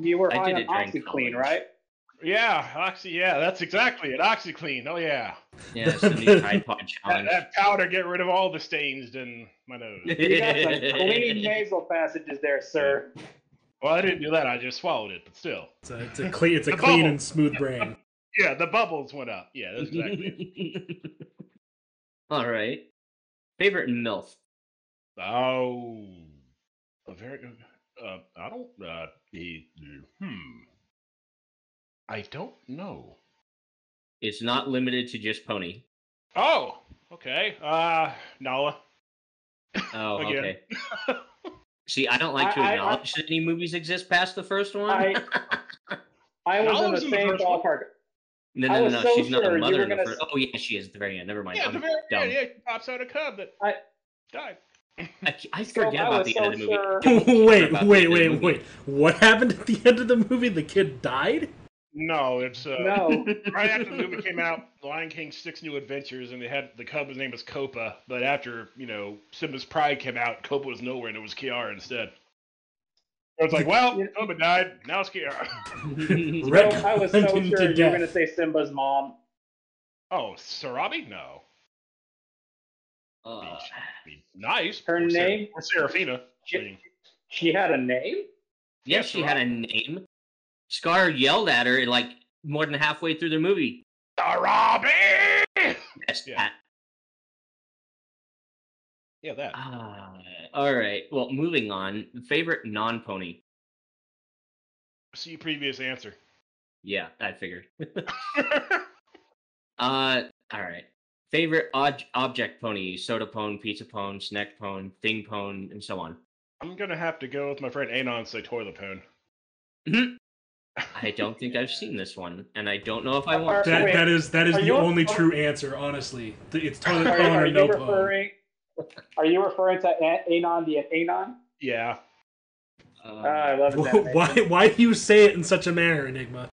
Speaker 4: you were
Speaker 5: I
Speaker 4: high
Speaker 5: did
Speaker 4: on
Speaker 5: it during college.
Speaker 4: OxyClean, right?
Speaker 6: Yeah, oxy. Yeah, that's exactly it. OxyClean. Oh yeah,
Speaker 5: Yeah, it's the new Tide Pod
Speaker 6: that,
Speaker 5: challenge.
Speaker 6: that powder get rid of all the stains in my nose.
Speaker 4: You got some clean nasal passages there, sir.
Speaker 6: well, I didn't do that. I just swallowed it, but still.
Speaker 2: It's a, it's a clean, it's a
Speaker 6: The
Speaker 2: clean
Speaker 6: bubble.
Speaker 2: and smooth brain.
Speaker 6: Yeah, the bubbles went up. Yeah, that's exactly. it.
Speaker 5: All right. Favorite MILF?
Speaker 6: Oh, a very. Uh, I don't. Uh, he, hmm. I don't know.
Speaker 5: It's not limited to just pony.
Speaker 6: Oh, okay. Uh, Nala.
Speaker 5: Oh,
Speaker 6: Again.
Speaker 5: okay. See, I don't like to
Speaker 4: I- I- I-
Speaker 5: acknowledge that any movies exist past the first one.
Speaker 4: I I was
Speaker 6: Now
Speaker 4: in
Speaker 6: is
Speaker 4: the
Speaker 6: in the
Speaker 4: same
Speaker 6: first one.
Speaker 4: ballpark.
Speaker 5: no,
Speaker 4: I
Speaker 5: no, no,
Speaker 4: was
Speaker 5: no.
Speaker 4: so
Speaker 5: she's not
Speaker 4: sure
Speaker 5: a
Speaker 4: you
Speaker 5: mother
Speaker 4: were
Speaker 5: in the
Speaker 4: gonna
Speaker 5: first. Oh, yeah, she is at the very end. Never mind.
Speaker 6: Yeah,
Speaker 5: I'm
Speaker 6: the very
Speaker 5: dumb.
Speaker 6: end, yeah, he pops out a cub that
Speaker 4: I-
Speaker 6: died.
Speaker 5: I, c- I
Speaker 4: So
Speaker 5: forget
Speaker 4: I
Speaker 5: about
Speaker 4: was
Speaker 5: the
Speaker 4: so
Speaker 5: end of the movie.
Speaker 4: sure-
Speaker 5: Don't care
Speaker 2: wait,
Speaker 5: about the
Speaker 2: wait,
Speaker 5: end of the
Speaker 2: wait,
Speaker 5: movie.
Speaker 2: wait. What happened at the end of the movie? The kid died?
Speaker 6: No, it's uh,
Speaker 4: No,
Speaker 6: right after the movie came out, Lion King Six New Adventures, and they had the cub. His name was Copa, but after you know Simba's Pride came out, Copa was nowhere, and it was Kiara instead. I was like, well,
Speaker 4: You-
Speaker 6: Copa died. Now it's Kiara.
Speaker 2: Red
Speaker 4: so I was so
Speaker 2: Guardian to
Speaker 4: sure you were
Speaker 2: death.
Speaker 4: going to say Simba's mom.
Speaker 6: Oh, Sarabi? No.
Speaker 5: Uh,
Speaker 6: Be nice.
Speaker 4: Her
Speaker 6: or Ser-
Speaker 4: name?
Speaker 6: or Serafina. I mean,
Speaker 4: She had a name.
Speaker 5: yes, she had a name. Scar yelled at her like more than halfway through the movie.
Speaker 6: Sarabi!
Speaker 5: Yes,
Speaker 6: Yeah.
Speaker 5: that.
Speaker 6: Yeah, that.
Speaker 5: Ah, all right. Well, moving on. Favorite non-pony.
Speaker 6: See your previous answer.
Speaker 5: Yeah, I figured.
Speaker 6: I
Speaker 5: Uh, all right. Favorite ob- object pony: soda pone, pizza pone, snack pone, thing pone, and so on.
Speaker 6: I'm gonna have to go with my friend Anon and say toilet pone.
Speaker 5: I don't think I've seen this one, and I don't know if I
Speaker 4: Are-
Speaker 5: want to.
Speaker 2: That,
Speaker 4: Wait,
Speaker 2: that is that is
Speaker 4: are
Speaker 2: the
Speaker 4: you-
Speaker 2: only true answer, honestly. Th- It's toilet
Speaker 4: Are,
Speaker 2: pone
Speaker 4: are
Speaker 2: or
Speaker 4: you
Speaker 2: no pone.
Speaker 4: referring? Are you referring to A- Anon the Anon?
Speaker 6: Yeah.
Speaker 5: Um,
Speaker 4: Ah,
Speaker 6: Uh,
Speaker 4: I love it. that
Speaker 2: Wh- Why
Speaker 4: name.
Speaker 2: why do you say it in such a manner, Enigma?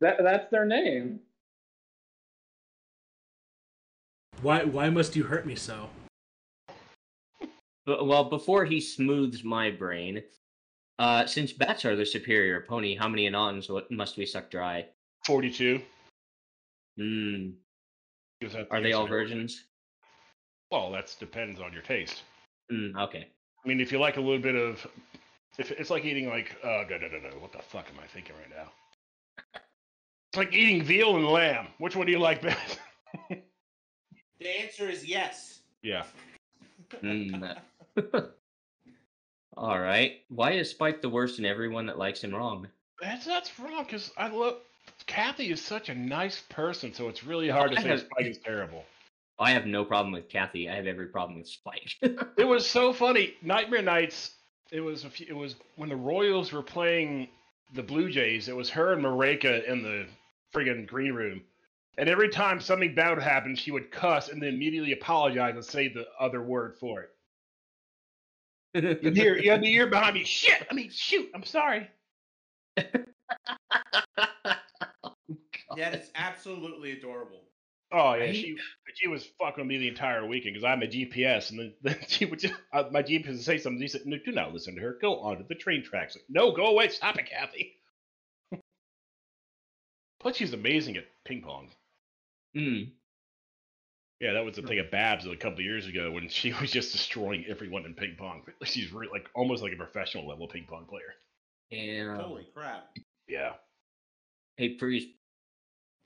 Speaker 4: That, that's their name.
Speaker 2: Why why must you hurt me so?
Speaker 5: But, well, before he smooths my brain, uh, since bats are the superior pony, how many anons wa- must we suck dry?
Speaker 6: Forty-two.
Speaker 5: Mm,
Speaker 6: Is that the
Speaker 5: are they all
Speaker 6: answer?
Speaker 5: virgins?
Speaker 6: Well, that depends on your taste.
Speaker 5: Mm, okay.
Speaker 6: I mean, if you like a little bit of, if it's like eating like, uh, no, no, no, no. What the fuck am I thinking right now? It's like eating veal and lamb. Which one do you like best?
Speaker 3: The answer is yes.
Speaker 6: yeah.
Speaker 5: Mm. all right. Why is Spike the worst and everyone that likes him wrong?
Speaker 6: That's that's wrong because I love Kathy is such a nice person, so it's really hard to
Speaker 5: I
Speaker 6: say
Speaker 5: have-
Speaker 6: Spike is terrible.
Speaker 5: I have no problem with Kathy. I have every problem with Spike.
Speaker 6: It was so funny. Nightmare Nights. It was a few, it was when the Royals were playing the Blue Jays. It was her and Mareka in the friggin' green room, and every time something bad would happen, she would cuss and then immediately apologize and say the other word for it. You'd hear you had the ear behind me. Shit. I mean, shoot. I'm sorry.
Speaker 3: That is absolutely adorable.
Speaker 6: Oh yeah,
Speaker 5: Right?
Speaker 6: she she was fucking me the entire weekend because I'm a GPS, and then, then she would just uh, my GPS would say something. She said, "No, do not listen to her. Go onto the train tracks." Like, no, go away. Stop it, Kathy. but she's amazing at ping pong.
Speaker 5: Mm,
Speaker 6: Yeah, that was the thing at Babs a couple of years ago when she was just destroying everyone in ping pong. She's re- like almost like a professional level ping pong player.
Speaker 5: yeah.
Speaker 3: Holy crap.
Speaker 6: Yeah.
Speaker 5: um, Hey, priest.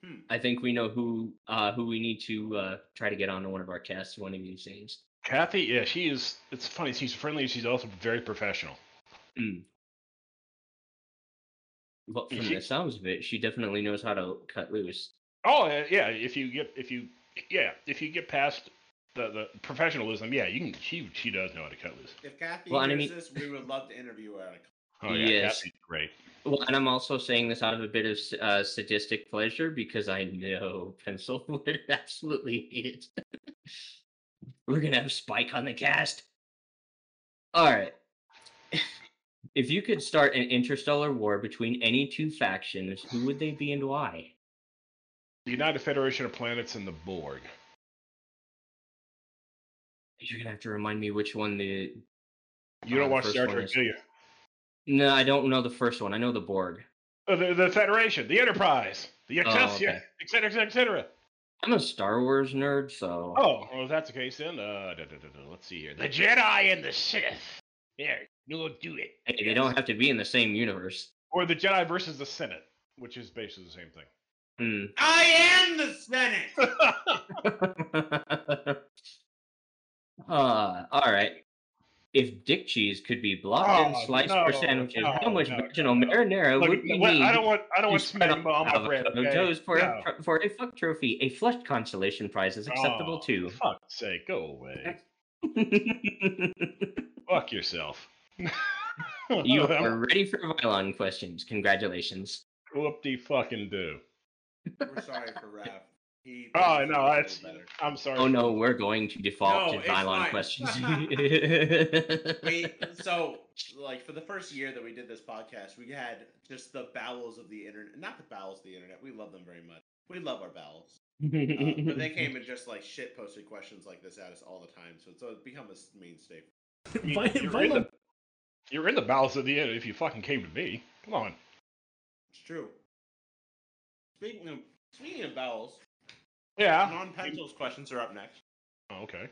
Speaker 3: Hmm.
Speaker 5: I think we know who uh, who we need to uh, try to get on one of our casts one of these days.
Speaker 6: Kathy, yeah, she is. It's funny. She's friendly. She's also very professional.
Speaker 5: But
Speaker 6: Yeah,
Speaker 5: from
Speaker 6: she-
Speaker 5: the sounds of it, she definitely knows how to cut loose.
Speaker 6: Oh yeah, yeah. If you get if you yeah if you get past the, the professionalism, yeah, you can. She she does know how to cut loose.
Speaker 3: If Kathy
Speaker 5: Well, and I
Speaker 3: hears
Speaker 5: mean-
Speaker 3: this, we would love to interview her.
Speaker 6: Oh yeah,
Speaker 5: Yes.
Speaker 6: Kathy's great.
Speaker 5: Well, and I'm also saying this out of a bit of s- uh, sadistic pleasure because I know Pencil would absolutely hate it. We're gonna have Spike on the cast. All right. if you could start an interstellar war between any two factions, who would they be and why?
Speaker 6: The United Federation of Planets and the Borg.
Speaker 5: You're gonna have to remind me which one the.
Speaker 6: You don't
Speaker 5: Uh,
Speaker 6: watch
Speaker 5: first
Speaker 6: Star
Speaker 5: one
Speaker 6: Trek,
Speaker 5: is-
Speaker 6: do you?
Speaker 5: No, I don't know the first one. I know the Borg.
Speaker 6: Oh, the, the Federation, the Enterprise, the Excelsior,
Speaker 5: Oh, okay.
Speaker 6: et cetera, et cetera, et cetera.
Speaker 5: I'm a Star Wars nerd, so.
Speaker 6: Oh, well, if that's the case, then uh, da, da, da, da, let's see here. The Jedi and the Sith. There, you'll do it.
Speaker 5: Hey, They
Speaker 6: Yes.
Speaker 5: don't have to be in the same universe.
Speaker 6: Or the Jedi versus the Senate, which is basically the same thing.
Speaker 5: Hmm.
Speaker 3: I am the Senate!
Speaker 5: uh, all right. If dick cheese could be blocked and
Speaker 6: Oh,
Speaker 5: sliced
Speaker 6: no,
Speaker 5: for sandwiches, how
Speaker 6: no,
Speaker 5: much
Speaker 6: no,
Speaker 5: original
Speaker 6: no.
Speaker 5: marinara
Speaker 6: Look,
Speaker 5: would we
Speaker 6: what-
Speaker 5: need?
Speaker 6: I don't want, I don't
Speaker 5: to
Speaker 6: want
Speaker 5: spread
Speaker 6: smack on my bread.
Speaker 5: avocado
Speaker 6: okay?
Speaker 5: toast for,
Speaker 6: No.
Speaker 5: a, tro- for a fuck trophy? A flush consolation prize is acceptable
Speaker 6: Oh,
Speaker 5: too.
Speaker 6: Fuck's sake, go away. Fuck yourself.
Speaker 5: you
Speaker 6: I'm-
Speaker 5: are ready for Vylon questions. Congratulations.
Speaker 6: whoop de fucking do.
Speaker 3: We're sorry for Raph. He
Speaker 6: Oh
Speaker 3: deserves a
Speaker 6: no,
Speaker 3: little
Speaker 6: it's
Speaker 3: better.
Speaker 6: I'm sorry.
Speaker 5: Oh no, we're going to default
Speaker 3: No,
Speaker 5: to
Speaker 3: it's
Speaker 5: Vylon
Speaker 3: fine.
Speaker 5: questions.
Speaker 3: We so like for the first year that we did this podcast, we had just the bowels of the internet. Not the bowels of the internet. We love them very much. We love our bowels. Uh, but they came and just like shit posted questions like this at us all the time. So it's uh, become a s- mainstay.
Speaker 6: You-
Speaker 2: Vi-
Speaker 6: you're, in
Speaker 2: Vylon,
Speaker 6: the, you're in the bowels of the end if you fucking came to me. Come on.
Speaker 3: It's true. Speaking of speaking of bowels,
Speaker 5: Ah.
Speaker 6: Yeah.
Speaker 3: non pencils questions are up next.
Speaker 6: Oh, okay.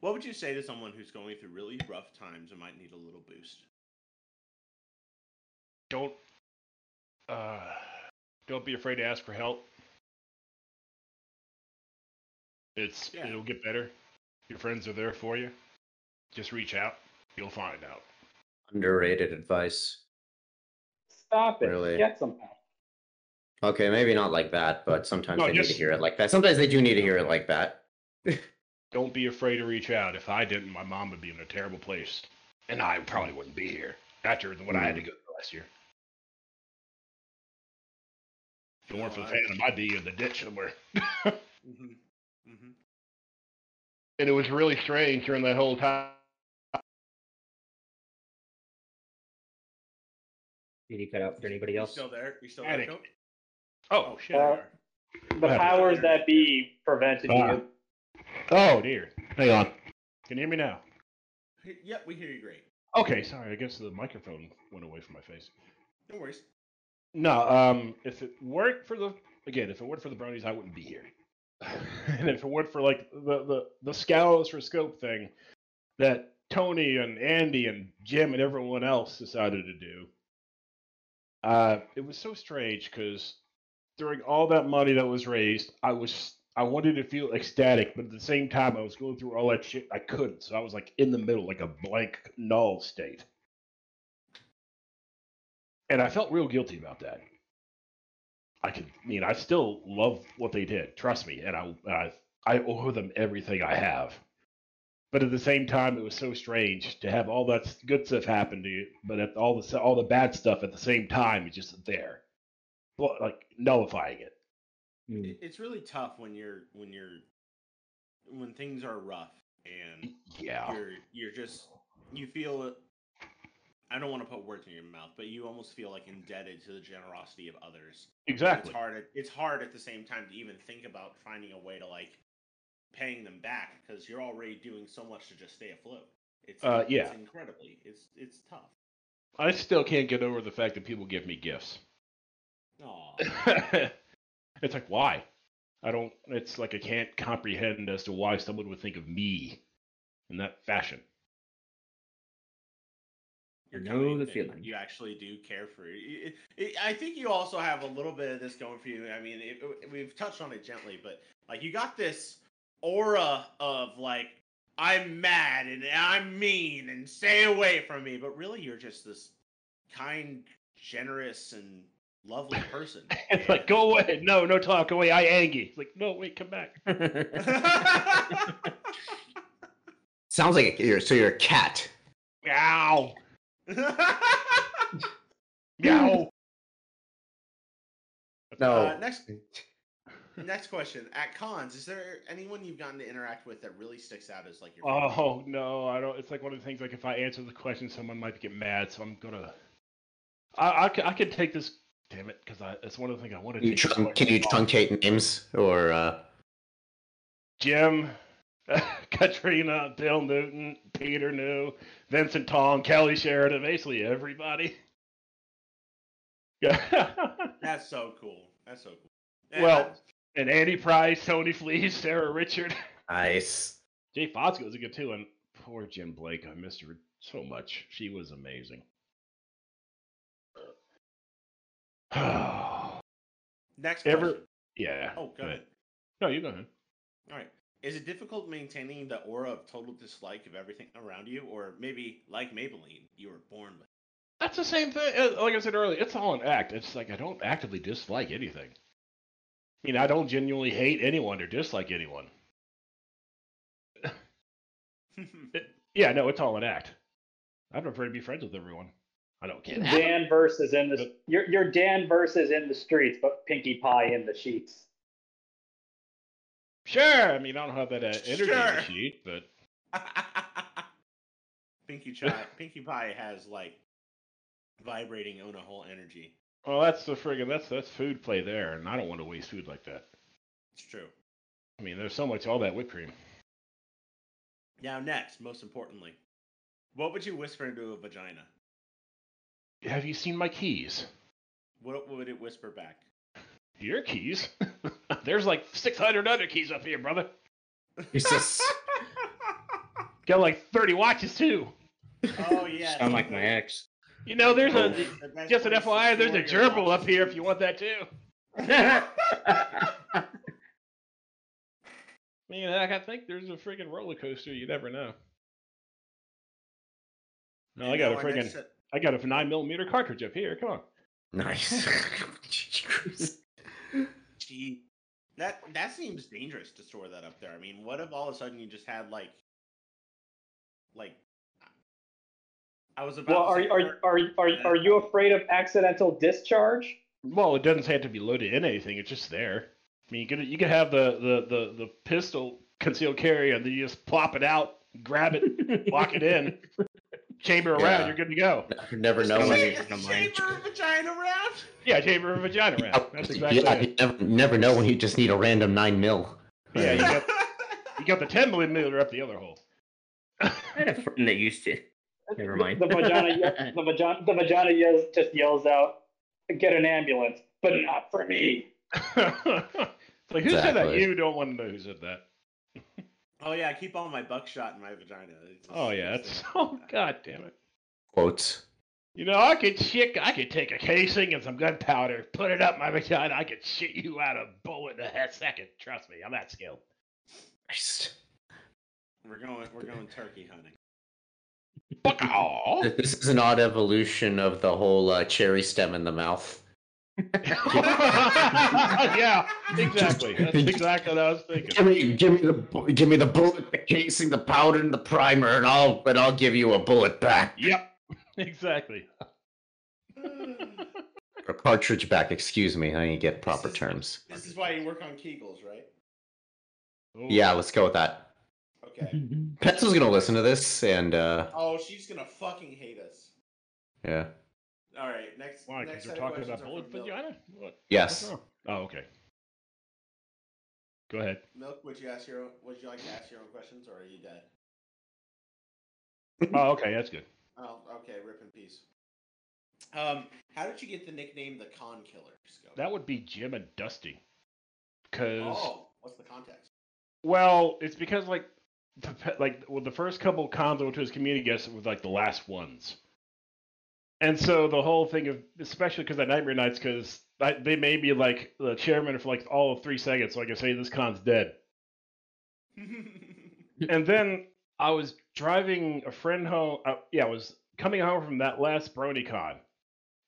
Speaker 3: What would you say to someone who's going through really rough times and might need a little boost?
Speaker 6: Don't uh don't be afraid to ask for help. It's
Speaker 3: Yeah.
Speaker 6: it'll get better. Your friends are there for you. Just reach out. You'll find out.
Speaker 7: Underrated advice.
Speaker 4: Stop it.
Speaker 7: Really?
Speaker 4: Get some help.
Speaker 7: Okay, maybe not like that, but sometimes
Speaker 6: No,
Speaker 7: they need
Speaker 6: just-
Speaker 7: to hear it like that. Sometimes they do need to hear it like that.
Speaker 6: Don't be afraid to reach out. If I didn't, my mom would be in a terrible place, and I probably wouldn't be here after what I had to go through last year. If it weren't for the
Speaker 3: Oh, I-
Speaker 6: phantom, I'd be in the ditch somewhere.
Speaker 3: Mhm. Mhm.
Speaker 6: and it was really strange during that whole time.
Speaker 5: Did he cut out for anybody
Speaker 3: You
Speaker 5: else?
Speaker 3: still there? You still
Speaker 6: Attic.
Speaker 3: there? Coke?
Speaker 6: Oh shit!
Speaker 3: there you
Speaker 4: Uh,
Speaker 3: are.
Speaker 4: The powers that be prevented
Speaker 6: Uh,
Speaker 4: you.
Speaker 6: Oh dear. Hang on. Can you hear me now?
Speaker 3: Yep, we hear you great.
Speaker 6: Okay, sorry. I guess the microphone went away from my face.
Speaker 3: No worries.
Speaker 6: No, um, if it weren't for the again, if it weren't for the bronies, I wouldn't be here. and if it weren't for like the the the scowls for scope thing that Tony and Andy and Jim and everyone else decided to do, uh, it was so strange because during all that money that was raised, I was I wanted to feel ecstatic, but at the same time, I was going through all that shit. I couldn't, so I was like in the middle, like a blank null state, and I felt real guilty about that. I could, I mean, I still love what they did. Trust me, and I, I, I owe them everything I have. But at the same time, it was so strange to have all that s- good stuff happen to you, but at all the s- all the bad stuff at the same time is just there, Well, like nullifying it.
Speaker 5: Mm.
Speaker 3: It- It's really tough when you're when you're when things are rough and
Speaker 6: Yeah,
Speaker 3: you're you're just you feel I don't want to put words in your mouth, but you almost feel like indebted to the generosity of others.
Speaker 6: exactly.
Speaker 3: It's hard. At, it's hard at the same time to even think about finding a way to like paying them back because you're already doing so much to just stay afloat. It's
Speaker 6: Uh, yeah.
Speaker 3: It's incredibly. It's it's tough.
Speaker 6: I still can't get over the fact that people give me gifts.
Speaker 3: Aw.
Speaker 6: it's like why? I don't. It's like I can't comprehend as to why someone would think of me in that fashion.
Speaker 3: you're
Speaker 5: know
Speaker 3: coming
Speaker 5: the
Speaker 3: that
Speaker 5: feeling.
Speaker 3: You actually do care for it. It- it- I think you also have a little bit of this going for you. I mean, it, we've touched on it gently, but like you got this aura of like I'm mad and I'm mean and stay away from me, but really you're just this kind, generous, and lovely person.
Speaker 6: It's like, go away. No, no talk. Go away. I angry. It's like, no, wait, come back.
Speaker 7: Sounds like a, you're, so you're a cat.
Speaker 6: Meow. Meow.
Speaker 7: No.
Speaker 3: Uh, next next question. At cons, is there anyone you've gotten to interact with that really sticks out as like your favorite?
Speaker 6: Oh no, I don't. It's like one of the things. Like if I answer the question, someone might get mad. So I'm gonna. I I, ca- I can take this. Damn it, because I it's one of the things I wanted
Speaker 7: Can you,
Speaker 6: to.
Speaker 7: trun- can you truncate names or uh,
Speaker 6: Jim, Katrina, Bill Newton, Peter New, Vincent Tong, Kelly Sheridan, basically everybody. Yeah.
Speaker 3: That's so cool. That's so cool.
Speaker 6: Well- and Andy Price, Tony Fleece, Sarah Richard.
Speaker 7: ice?
Speaker 6: Jay Fosco is good too, and poor Jim Blake, I missed her so much. She was amazing. yeah.
Speaker 3: next
Speaker 6: ever-
Speaker 3: question. Oh, go ahead.
Speaker 6: No, you go ahead.
Speaker 3: All right. Is it difficult maintaining the aura of total dislike of everything around you, or maybe like Maybelline, you were born with?
Speaker 6: That's the same thing. uh, Like I said earlier, it's all an act. It's like I don't actively dislike anything. I mean, I don't genuinely hate anyone or dislike anyone.
Speaker 3: it?
Speaker 6: Yeah, no, it's all an act. I prefer to be friends with everyone. I don't care.
Speaker 4: Dan versus in the you're, you're Dan versus in the streets, but Pinkie Pie in the sheets.
Speaker 6: Sure, I mean, I don't have that uh, energy
Speaker 3: Sure.
Speaker 6: sheet, but
Speaker 3: Pinkie Pie, Pinkie Pie has like vibrating Ona whole energy.
Speaker 6: well, that's the friggin' that's that's food play there, and I don't want to waste food like that.
Speaker 3: It's true.
Speaker 6: I mean, there's so much all that whipped cream.
Speaker 3: Now, next, most importantly, what would you whisper into a vagina?
Speaker 6: Have you seen my keys?
Speaker 3: What would it whisper back?
Speaker 6: Your keys? there's like 600 other keys up here, brother.
Speaker 7: Jesus.
Speaker 6: Got like 30 watches too.
Speaker 3: oh yeah.
Speaker 5: Sound like my ex.
Speaker 6: You know, there's a
Speaker 3: The best
Speaker 6: just an
Speaker 3: place to
Speaker 6: FYI, there's
Speaker 3: store
Speaker 6: a
Speaker 3: your
Speaker 6: gerbil up
Speaker 3: watches.
Speaker 6: here if you want that too. I mean, heck, I think there's a freaking roller coaster. You never know. No, I
Speaker 3: You
Speaker 6: got
Speaker 3: know,
Speaker 6: a
Speaker 3: our next
Speaker 6: freaking,
Speaker 3: se-
Speaker 6: I got a nine millimeter cartridge up here. Come on.
Speaker 7: nice.
Speaker 3: Gee, That that seems dangerous to store that up there. I mean, what if all of a sudden you just had like, like, I was about.
Speaker 4: Well,
Speaker 3: to
Speaker 4: are
Speaker 3: say
Speaker 4: are
Speaker 3: dark-
Speaker 4: are are are you afraid of accidental discharge?
Speaker 6: Well, it doesn't have to be loaded in anything. It's just there. I mean, you could you could have the the the, the pistol concealed carry, and then you just plop it out, grab it, lock it in, chamber around.
Speaker 7: Yeah.
Speaker 6: You're good to go.
Speaker 7: You never know
Speaker 3: Is
Speaker 7: when
Speaker 3: it
Speaker 7: you're
Speaker 3: a
Speaker 7: gonna mind.
Speaker 3: chamber of vagina round?
Speaker 6: Yeah, chamber of vagina round. That's exactly.
Speaker 7: yeah,
Speaker 6: it.
Speaker 7: you never, never know when you just need a random nine mil.
Speaker 6: Yeah, you got you got the ten millimeter up the other hole.
Speaker 5: I had a friend that used to. Never mind.
Speaker 4: The vagina, ye- the vagina, the vagina yells, just yells out, "Get an ambulance!" But not for me.
Speaker 6: it's like who said that?
Speaker 7: Exactly.
Speaker 6: You don't want to know who said that.
Speaker 3: oh yeah, I keep all my buckshot in my vagina. It's just-
Speaker 6: Oh yeah,
Speaker 3: it's like-
Speaker 6: that's oh god damn it.
Speaker 7: Quotes.
Speaker 6: You know, I could shit. I could take a casing and some gunpowder, put it up my vagina. I could shit you out a bullet in a half second. Trust me, I'm that skilled.
Speaker 7: Christ.
Speaker 3: We're going. We're going turkey hunting.
Speaker 6: Fuck all.
Speaker 7: This is an odd evolution of the whole uh, cherry stem in the mouth.
Speaker 6: yeah, exactly. That's exactly what I was thinking.
Speaker 7: Give me, give me the, bu- give me the bullet, the casing, the powder, and the primer, and I'll, but I'll give you a bullet back
Speaker 6: Yep, exactly.
Speaker 7: or cartridge back. Excuse me, I need to get proper
Speaker 3: This is-
Speaker 7: terms.
Speaker 3: This is why you work on Kegels, right?
Speaker 6: Ooh.
Speaker 7: Yeah, let's go with that.
Speaker 3: Okay.
Speaker 7: Pencil's gonna listen to this, and uh,
Speaker 3: Oh, she's gonna fucking hate us.
Speaker 7: yeah,
Speaker 3: All right, next.
Speaker 6: Why?
Speaker 3: next set of
Speaker 6: Because we're talking
Speaker 3: questions
Speaker 6: about
Speaker 3: are
Speaker 6: bullet
Speaker 3: from Milk.
Speaker 6: vagina. What?
Speaker 7: yes.
Speaker 6: Oh, okay. Go ahead.
Speaker 3: Milk, would you ask your? own- Would you like to ask your own questions, or are you dead?
Speaker 6: Oh, okay, that's good.
Speaker 3: Oh, okay. Rip in peace. Um, how did you get the nickname the Con Killer? Scope?
Speaker 6: That would be Jim and Dusty. Because
Speaker 3: Oh, what's the context?
Speaker 6: Well, it's because like, the, pe- like well, the first couple cons I went to as community guests were like the last ones, and so the whole thing of especially because at Nightmare Nights because they made me like the chairman for like all of three seconds, so I could say this con's dead. and then I was driving a friend home. Uh, yeah, I was coming home from that last BronyCon,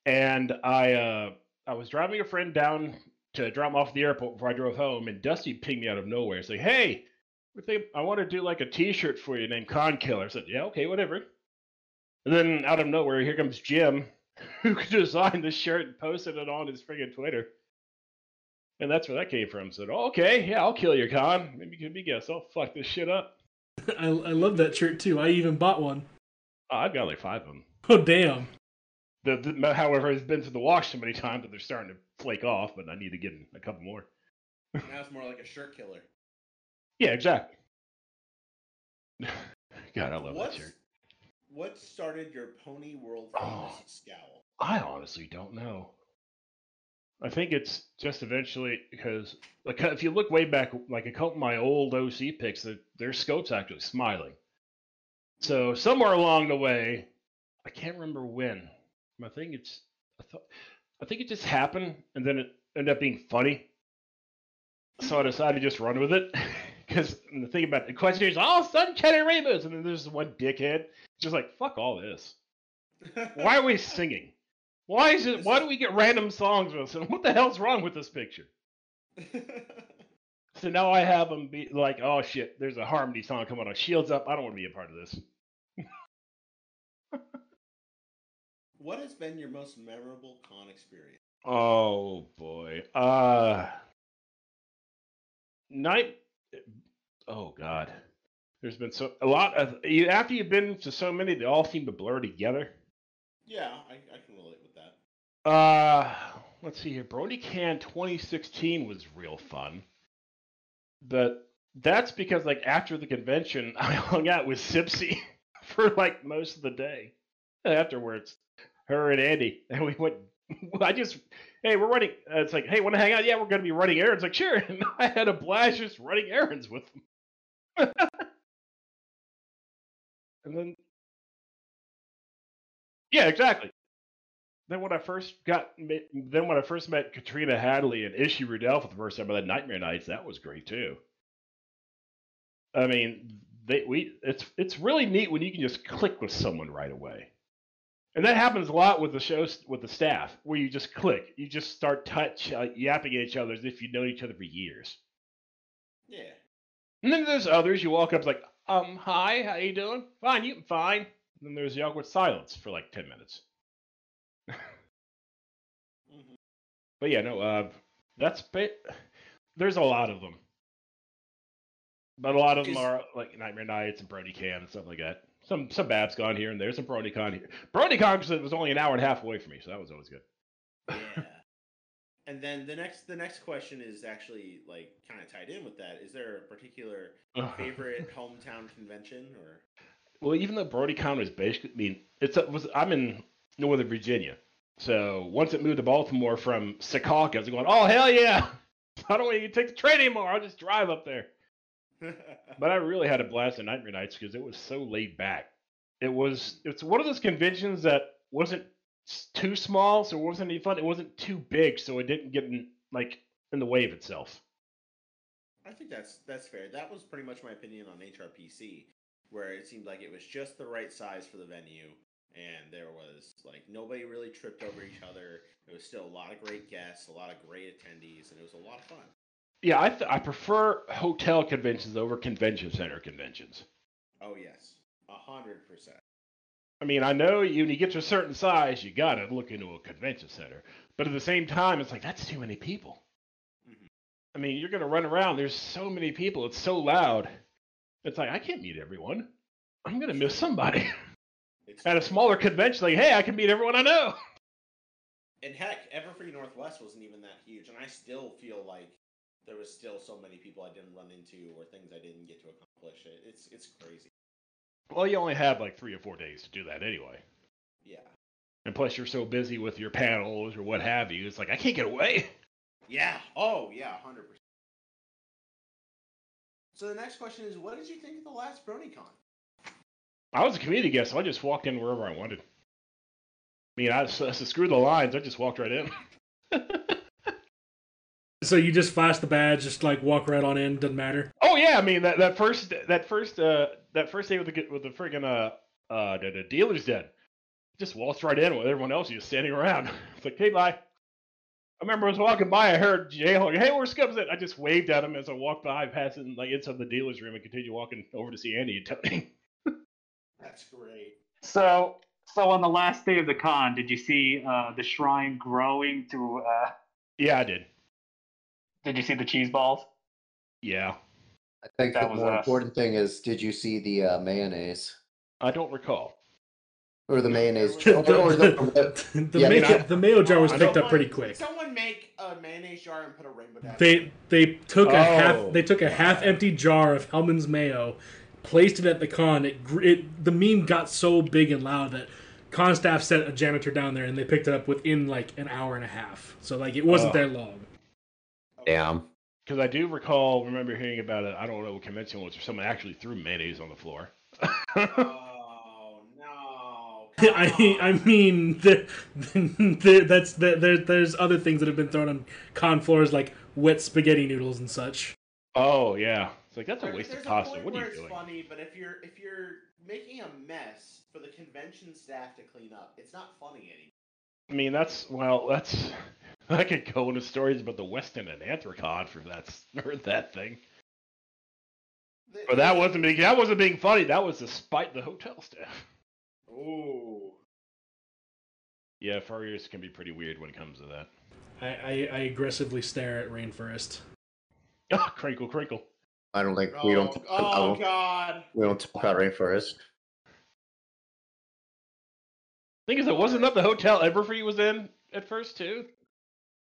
Speaker 6: and I uh, I was driving a friend down to drop him off at the airport before I drove home, and Dusty pinged me out of nowhere. He's like, "Hey, we think I want to do like a T-shirt for you named Con Killer." I said, "Yeah, okay, whatever." And then out of nowhere, here comes Jim, who designed the shirt and posted it on his friggin' Twitter. And that's where that came from. Said, oh, "Okay, yeah, I'll kill your con. Maybe you can be guest. I'll fuck this shit up."
Speaker 2: I, I love that shirt too. I even bought one.
Speaker 6: Oh, I've got like five of them.
Speaker 2: Oh damn!
Speaker 6: The, the, however, it's been to the wash so many times that they're starting to flake off, but I need to get a couple more.
Speaker 3: now it's more like a shirt killer.
Speaker 6: Yeah, exactly. God, I love
Speaker 3: What's-
Speaker 6: that shirt.
Speaker 3: What started your Pony World famous
Speaker 6: Oh.
Speaker 3: scowl?
Speaker 6: I honestly don't know. I think it's just eventually because, like, if you look way back, like a couple of my old OC pics, their, their scope's actually smiling. So somewhere along the way, I can't remember when. I think it's, I, thought, I think it just happened, and then it ended up being funny. So I decided to just run with it. Because the thing about the question is, oh, sun, Chen, and rainbows, and then there's this one dickhead just like, fuck all this. Why are we singing? Why is it? Why do we get random songs with us? And what the hell's wrong with this picture? So now I have them be like, oh shit, there's a harmony song coming on. Shields up. I don't want to be a part of this.
Speaker 3: what has been your most memorable con experience?
Speaker 6: Oh boy. Uh night Oh god. There's been so a lot of you after you've been to so many, they all seem to blur together.
Speaker 3: Yeah, I, I can relate with that.
Speaker 6: Uh, let's see here. Brody Can 2016 was real fun, but that's because like after the convention, I hung out with Sipsy for like most of the day. Afterwards, her and Andy, and we went. I just, hey, we're running. Uh, it's like, hey, want to hang out? Yeah, we're gonna be running errands. Like, sure. And I had a blast just running errands with them. and then, yeah, exactly then when I first got ma- then when I first met Katrina Hadley and Ishi Rudell for the first time at that Nightmare Nights, that was great too. I mean, they we it's it's really neat when you can just click with someone right away. And that happens a lot with the shows with the staff, where you just click, you just start touch uh, yapping at each other as if you've known each other for years.
Speaker 3: Yeah.
Speaker 6: And then there's others you walk up it's like, um, hi, how you doing? Fine, you fine. And then there's the awkward silence for like ten minutes.
Speaker 3: Mhm.
Speaker 6: But yeah, no, uh, that's ba- there's a lot of them, but a lot of them
Speaker 3: Is-
Speaker 6: are like Nightmare Nights and BrodyCon and stuff like that. Some some Babs gone here and there, some BrodyCon here. BrodyCon was only an hour and a half away from me, so that was always good.
Speaker 3: Yeah. and then the next the next question is actually like kind of tied in with that. Is there a particular favorite hometown convention or
Speaker 6: Well, even though Brody County is basically, I mean, it's a- was I'm in Northern Virginia, so once it moved to Baltimore from Secaucus, I was going, oh hell yeah! I don't want to take the train anymore. I'll just drive up there. But I really had a blast at Nightmare Nights because it was so laid back. It was it's one of those conventions that wasn't s- too small, so it wasn't any fun. It wasn't too big, so it didn't get in, like in the way of itself.
Speaker 3: I think that's that's fair. That was pretty much my opinion on HRPC, where it seemed like it was just the right size for the venue, and there was like nobody really tripped over each other. It was still a lot of great guests, a lot of great attendees, and it was a lot of fun.
Speaker 6: Yeah, I th- I prefer hotel conventions over convention center conventions.
Speaker 3: Oh yes, a hundred percent.
Speaker 6: I mean, I know you, when you get to a certain size, you gotta look into a convention center. But at the same time, it's like that's too many people. Mm-hmm.
Speaker 3: Mhm.
Speaker 6: I mean, you're gonna run around. There's so many people. It's so loud. It's like I can't meet everyone. I'm gonna miss somebody
Speaker 3: It's
Speaker 6: at a smaller convention. Like, hey, I can meet everyone I know.
Speaker 3: and heck, Everfree Northwest wasn't even that huge, and I still feel like there was still so many people I didn't run into or things I didn't get to accomplish. It, it's it's crazy.
Speaker 6: Well, you only have like three or four days to do that anyway.
Speaker 3: Yeah.
Speaker 6: And plus, you're so busy with your panels or what have you. It's like I can't get away.
Speaker 3: Yeah. Oh, yeah. Hundred percent. So the next question is, what did you think of the last BronyCon?
Speaker 6: I was a community guest, so I just walked in wherever I wanted. I mean, I, so, so screw the lines. I just walked right in.
Speaker 2: So you just flash the badge, just like walk right on in, doesn't matter.
Speaker 6: Oh yeah, I mean that, that first that first uh that first day with the g- with the friggin' uh uh the, the dealer's den, just waltzed right in with everyone else just standing around. It's like, hey, bye. I remember I was walking by, I heard Jay like, hey, where's Scubs at? I just waved at him as I walked by, passing like inside the dealer's room, and continued walking over to see Andy and Tony.
Speaker 3: That's great.
Speaker 4: So, so on the last day of the con, did you see uh, the shrine growing to? Uh,
Speaker 6: yeah, I did.
Speaker 4: did you see the cheese balls?
Speaker 6: Yeah,
Speaker 7: I think
Speaker 4: That
Speaker 7: the
Speaker 4: was
Speaker 7: more
Speaker 4: us.
Speaker 7: important thing is did you see the uh, mayonnaise?
Speaker 6: I don't recall.
Speaker 7: Or the mayonnaise.
Speaker 2: the,
Speaker 7: or, or the,
Speaker 2: the, the
Speaker 7: Yeah,
Speaker 2: ma-
Speaker 7: yeah.
Speaker 2: the mayo jar was
Speaker 6: I
Speaker 2: picked
Speaker 6: don't
Speaker 2: up pretty
Speaker 3: Someone-
Speaker 2: quick.
Speaker 3: Someone make a mayonnaise jar and put a rainbow dash.
Speaker 2: They they took a
Speaker 6: Oh.
Speaker 2: half they took a half empty jar of Hellman's mayo, placed it at the con. It, gr- it the meme got so big and loud that con staff sent a janitor down there and they picked it up within like an hour and a half. So like it wasn't
Speaker 6: Oh.
Speaker 2: that long.
Speaker 7: damn.
Speaker 6: Because I do recall, remember hearing about it. I don't know what convention it was, or someone actually threw mayonnaise on the floor.
Speaker 3: Oh no!
Speaker 2: I I mean the, the, that's the, there there's other things that have been thrown on con floors like wet spaghetti noodles and such.
Speaker 6: Oh yeah, it's like that's a
Speaker 3: There-
Speaker 6: waste of
Speaker 3: there's
Speaker 6: pasta.
Speaker 3: point
Speaker 6: What are
Speaker 3: where
Speaker 6: you
Speaker 3: it's
Speaker 6: doing?
Speaker 3: funny, but if you're if you're making a mess for the convention staff to clean up, it's not funny anymore.
Speaker 6: I mean, that's well, that's I could go into stories about the Weston and Anthrocon for that s- or that thing.
Speaker 3: Th-
Speaker 6: But that wasn't being that wasn't being funny. That was despite the hotel staff.
Speaker 3: Ooh.
Speaker 6: Yeah, furriers can be pretty weird when it comes to that.
Speaker 2: I, I, I aggressively stare at rainforest.
Speaker 6: Oh, crinkle, crinkle.
Speaker 7: I don't think
Speaker 3: Oh,
Speaker 7: we don't. I
Speaker 3: oh
Speaker 7: don't-
Speaker 3: God.
Speaker 7: we don't talk about rainforest.
Speaker 6: Thing is, it wasn't that the hotel Everfree was in at first too.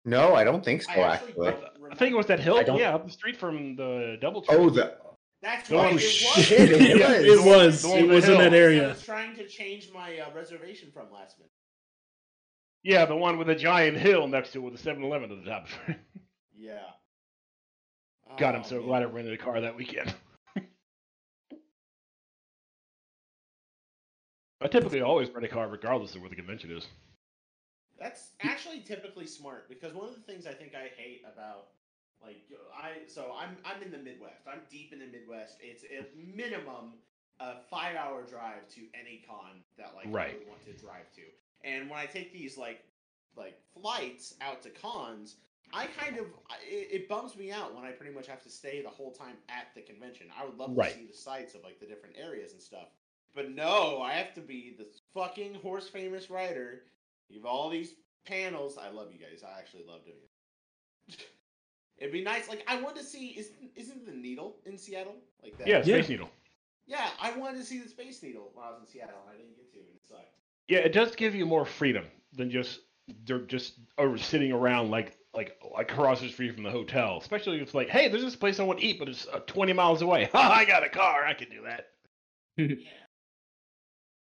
Speaker 7: No, I don't think so.
Speaker 3: I actually
Speaker 7: Actually,
Speaker 3: don't
Speaker 6: I think it
Speaker 3: remember.
Speaker 6: was that hill.
Speaker 7: I don't-
Speaker 6: Yeah, up the street from the Double
Speaker 7: oh, the
Speaker 3: That's
Speaker 6: Oh,
Speaker 3: right. it was.
Speaker 7: shit! It
Speaker 2: Yeah,
Speaker 7: was.
Speaker 2: it was.
Speaker 6: The one
Speaker 2: It
Speaker 6: with
Speaker 2: was
Speaker 6: the
Speaker 2: in
Speaker 6: hill.
Speaker 2: that
Speaker 3: I
Speaker 2: area.
Speaker 3: was trying to change my uh, reservation from last minute.
Speaker 6: yeah, the one with the giant hill next to it with the 7-Eleven at the top.
Speaker 3: Yeah.
Speaker 6: God,
Speaker 3: Oh,
Speaker 6: I'm so
Speaker 3: man.
Speaker 6: glad I rented a car that weekend. I typically always rent a car regardless of where the convention is.
Speaker 3: That's actually typically smart because one of the things I think I hate about like I so I'm I'm in the Midwest. I'm deep in the Midwest. It's a minimum a five hour drive to any con that like I
Speaker 6: Right.
Speaker 3: would want to drive to. And when I take these like like flights out to cons, I kind of I- it, it bums me out when I pretty much have to stay the whole time at the convention. I would love
Speaker 6: Right.
Speaker 3: to see the sights of like the different areas and stuff. But no, I have to be the fucking horse famous writer. You have all these panels. I love you guys. I actually love doing it. It'd be nice. Like I want to see. Isn't isn't the needle in Seattle like that?
Speaker 6: Yeah, Space
Speaker 2: Yeah.
Speaker 6: Needle.
Speaker 3: Yeah, I wanted to see the Space Needle when I was in Seattle, and I didn't get to, and it sucked.
Speaker 6: Yeah, it does give you more freedom than just they're just over sitting around like like like across the street from the hotel. Especially if it's like, hey, there's this place I want to eat, but it's uh, 20 miles away. Ha! I got a car. I can do that.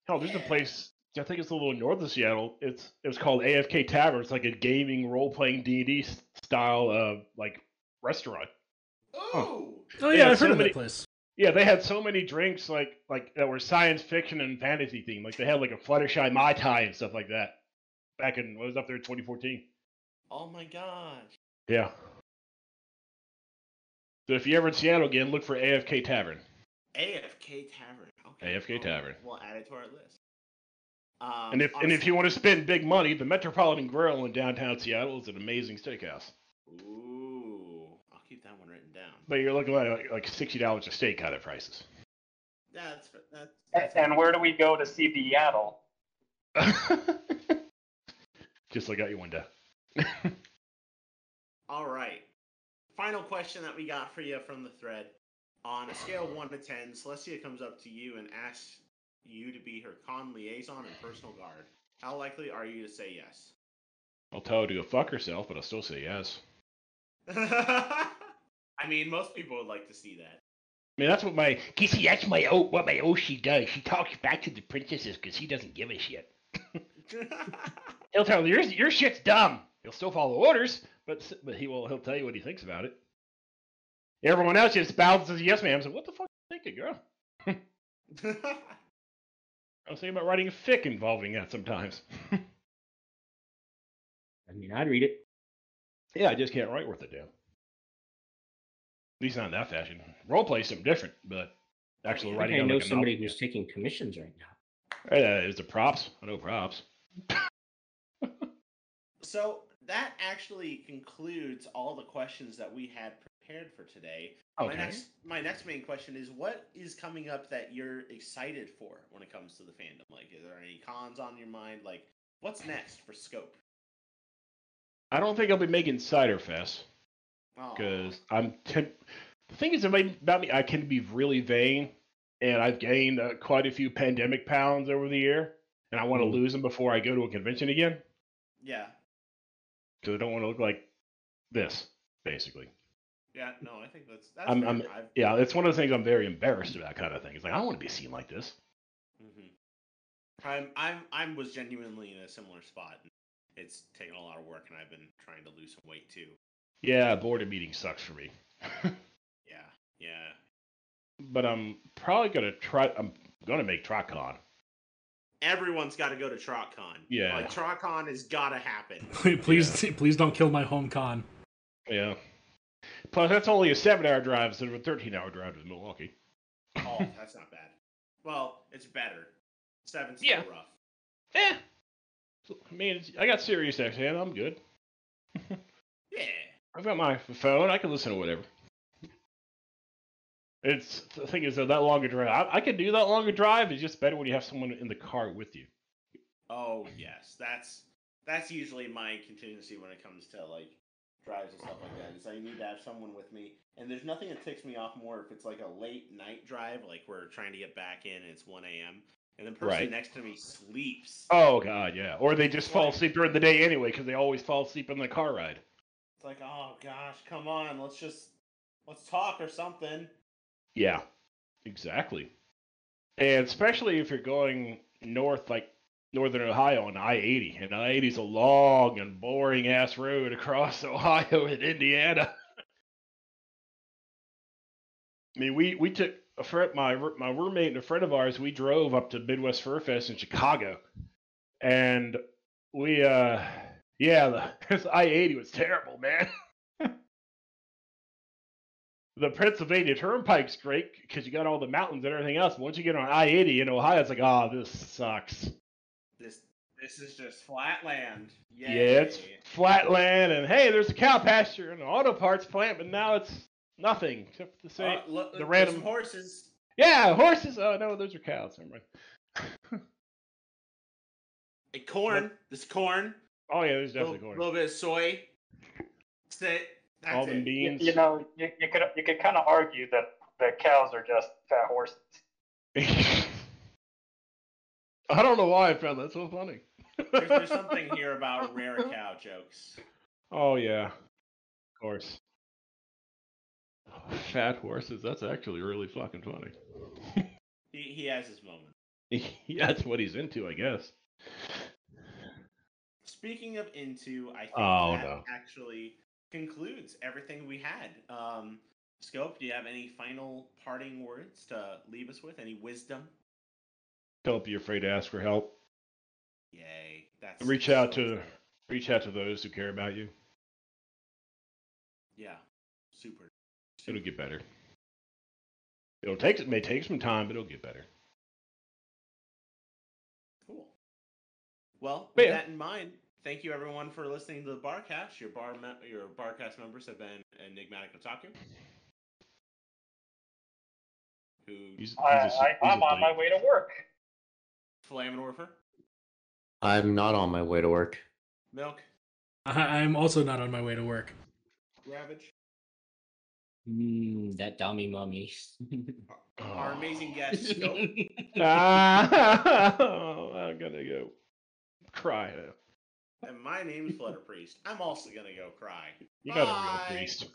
Speaker 6: Hell, there's a place. I think it's a little north of Seattle. It's it was called AFK Tavern. It's like a gaming role playing D and D style of like restaurant.
Speaker 3: Ooh,
Speaker 2: Oh yeah,
Speaker 6: Yeah,
Speaker 2: I've
Speaker 6: so
Speaker 2: heard of
Speaker 6: many-
Speaker 2: that place.
Speaker 6: Yeah, they had so many drinks like like that were science fiction and fantasy themed. Like they had like a Fluttershy Mai Tai and stuff like that. Back in what was up there in 2014.
Speaker 3: oh my gosh.
Speaker 6: Yeah. So if you're ever in Seattle again, look for AFK Tavern.
Speaker 3: AFK Tavern. Okay.
Speaker 6: AFK
Speaker 3: Oh,
Speaker 6: Tavern.
Speaker 3: We'll add it to our list. Um,
Speaker 6: and if and if you want to spend big money, the Metropolitan Grill in downtown Seattle is an amazing steakhouse.
Speaker 3: honestly- Ooh, I'll keep that one written down.
Speaker 6: But you're looking at like, like sixty dollars a steak kind of prices.
Speaker 3: That's that's.
Speaker 4: And,
Speaker 3: that's
Speaker 4: and where do we go to see Seattle?
Speaker 6: Just look out your window.
Speaker 3: All right. Final question that we got for you from the thread. On a scale of 1 to 10, Celestia comes up to you and asks you to be her con liaison and personal guard. How likely are you to say yes?
Speaker 6: I'll tell her to go fuck herself, but I'll still say yes.
Speaker 3: I mean, most people would like to see that.
Speaker 6: I mean, that's what my you see, that's my o what my Oshi does. She talks back to the princesses because he doesn't give a shit. He'll tell her your your shit's dumb. He'll still follow orders, but s- but he will he'll tell you what he thinks about it. Everyone else just bows and says yes, ma'am. So what the fuck are you thinking, girl? I was thinking about writing a fic involving that sometimes.
Speaker 5: I mean, I'd read it.
Speaker 6: yeah, I just can't write worth a damn. At least not in that fashion. Roleplay something different, but actually
Speaker 3: Okay,
Speaker 5: I,
Speaker 6: writing.
Speaker 5: think I
Speaker 6: out
Speaker 5: know
Speaker 6: like a
Speaker 5: somebody
Speaker 6: novel-
Speaker 5: who's taking commissions right now.
Speaker 6: Uh, it's the props. I know props.
Speaker 3: so that actually concludes all the questions that we had prepared for today.
Speaker 6: Okay.
Speaker 3: My next my next main question is what is coming up that you're excited for when it comes to the fandom? Like is there any cons on your mind? Like what's next for Scope?
Speaker 6: I don't think I'll be making cider fest
Speaker 3: Aw.
Speaker 6: because I'm. Ten- the thing is about me, I can be really vain, and I've gained uh, quite a few pandemic pounds over the year, and I want to
Speaker 5: Mhm.
Speaker 6: lose them before I go to a convention again.
Speaker 3: Yeah.
Speaker 6: because I don't want to look like this, basically.
Speaker 3: Yeah, no, I think that's that's
Speaker 6: I'm-
Speaker 3: fair.
Speaker 6: I'm-
Speaker 3: I've,
Speaker 6: Yeah, it's one of the things I'm very embarrassed about, kind of thing. It's like I don't want to be seen like this.
Speaker 3: hmm I'm I'm I'm was genuinely in a similar spot. It's taken a lot of work and I've been trying to lose some weight too.
Speaker 6: Yeah, board of meeting sucks for me.
Speaker 3: Yeah. Yeah.
Speaker 6: but I'm probably gonna try. I'm gonna make TriCon.
Speaker 3: Everyone's got to go to TrotCon.
Speaker 6: Yeah.
Speaker 3: Like TrotCon has got to happen.
Speaker 2: please, please don't kill my home con.
Speaker 6: Yeah. Plus, that's only a seven-hour drive instead of a thirteen-hour drive to Milwaukee.
Speaker 3: oh, that's not bad. Well, it's better. Seven's
Speaker 6: Yeah.
Speaker 3: still rough.
Speaker 6: Eh. So, I mean, it's- I got serious actually, and I'm good.
Speaker 3: Yeah.
Speaker 6: I've got my phone. I can listen to whatever. It's the thing is though that longer drive. I, I can do that longer drive. It's just better when you have someone in the car with you.
Speaker 3: Oh yes, that's that's usually my contingency when it comes to like drives and stuff like that. Is I need to have someone with me, and there's nothing that ticks me off more if it's like a late night drive, like we're trying to get back in, and it's one a.m. and the person
Speaker 6: Right.
Speaker 3: next to me sleeps.
Speaker 6: Oh God, yeah. Or they just fall
Speaker 3: Right.
Speaker 6: asleep during the day anyway because they always fall asleep in the car ride.
Speaker 3: It's like, oh gosh, come on, let's just let's talk or something.
Speaker 6: Yeah, exactly. And especially if you're going north, like northern Ohio on I eighty, and I eighty is a long and boring ass road across Ohio and Indiana. I mean, we we took a friend, my r- my roommate and a friend of ours. We drove up to Midwest Fur Fest in Chicago, and we uh yeah, the, I eighty was terrible, man. the Pennsylvania Turnpike's great because you got all the mountains and everything else. But once you get on I eighty in Ohio, it's like, ah, this sucks.
Speaker 3: This this is just flat land. Yay. Uh,
Speaker 6: Yeah, it's flat land, and hey, there's a cow pasture and an auto parts plant, but now it's nothing except for the same.
Speaker 3: Uh, look,
Speaker 6: the
Speaker 3: there's
Speaker 6: random-
Speaker 3: some horses.
Speaker 6: yeah, horses. Oh no, those are cows. Never mind.
Speaker 3: And corn. This corn.
Speaker 6: Oh yeah, there's
Speaker 3: A little,
Speaker 6: definitely corn.
Speaker 3: little bit of soy. That's it. That's
Speaker 6: Almond
Speaker 3: it.
Speaker 4: You,
Speaker 6: beans.
Speaker 4: you know, you, you could you could kind of argue that the cows are just fat horses.
Speaker 6: I don't know why I found that so funny.
Speaker 3: There's, there's something here about rare cow jokes.
Speaker 6: Oh yeah, of course. Fat horses. That's actually really fucking funny.
Speaker 3: He, he has his moment.
Speaker 6: yeah, that's what he's into, I guess.
Speaker 3: Speaking of into, I think
Speaker 6: Oh,
Speaker 3: that
Speaker 6: no.
Speaker 3: actually concludes everything we had. Um, Scope, do you have any final parting words to leave us with? Any wisdom?
Speaker 6: Don't be afraid to ask for help.
Speaker 3: Yay! That's
Speaker 6: Reach out
Speaker 3: so
Speaker 6: to-
Speaker 3: fair.
Speaker 6: Reach out to those who care about you.
Speaker 3: Yeah, super.
Speaker 6: It'll get better. It'll take it may take some time, but it'll get better.
Speaker 3: Cool. Well,
Speaker 6: But
Speaker 3: with
Speaker 6: yeah.
Speaker 3: that in mind, thank you everyone for listening to the Barcast. Your bar me- your Barcast members have been Enigmatic Otaku. Who
Speaker 6: He's, he's a s-
Speaker 4: I, I,
Speaker 6: he's
Speaker 4: I'm
Speaker 6: a
Speaker 4: on my
Speaker 6: dyke.
Speaker 4: way to work.
Speaker 3: Flamin' Orpher,
Speaker 7: I'm not on my way to work.
Speaker 3: Milk,
Speaker 2: I- I'm also not on my way to work.
Speaker 3: Ravage,
Speaker 5: Mm, that dummy mummy.
Speaker 6: Oh.
Speaker 3: our amazing guest, Scope.
Speaker 6: Ah, I'm gonna go cry. it out.
Speaker 3: and my name's Flutter Priest. I'm also gonna go cry.
Speaker 6: You got a
Speaker 3: Bye.
Speaker 6: real priest.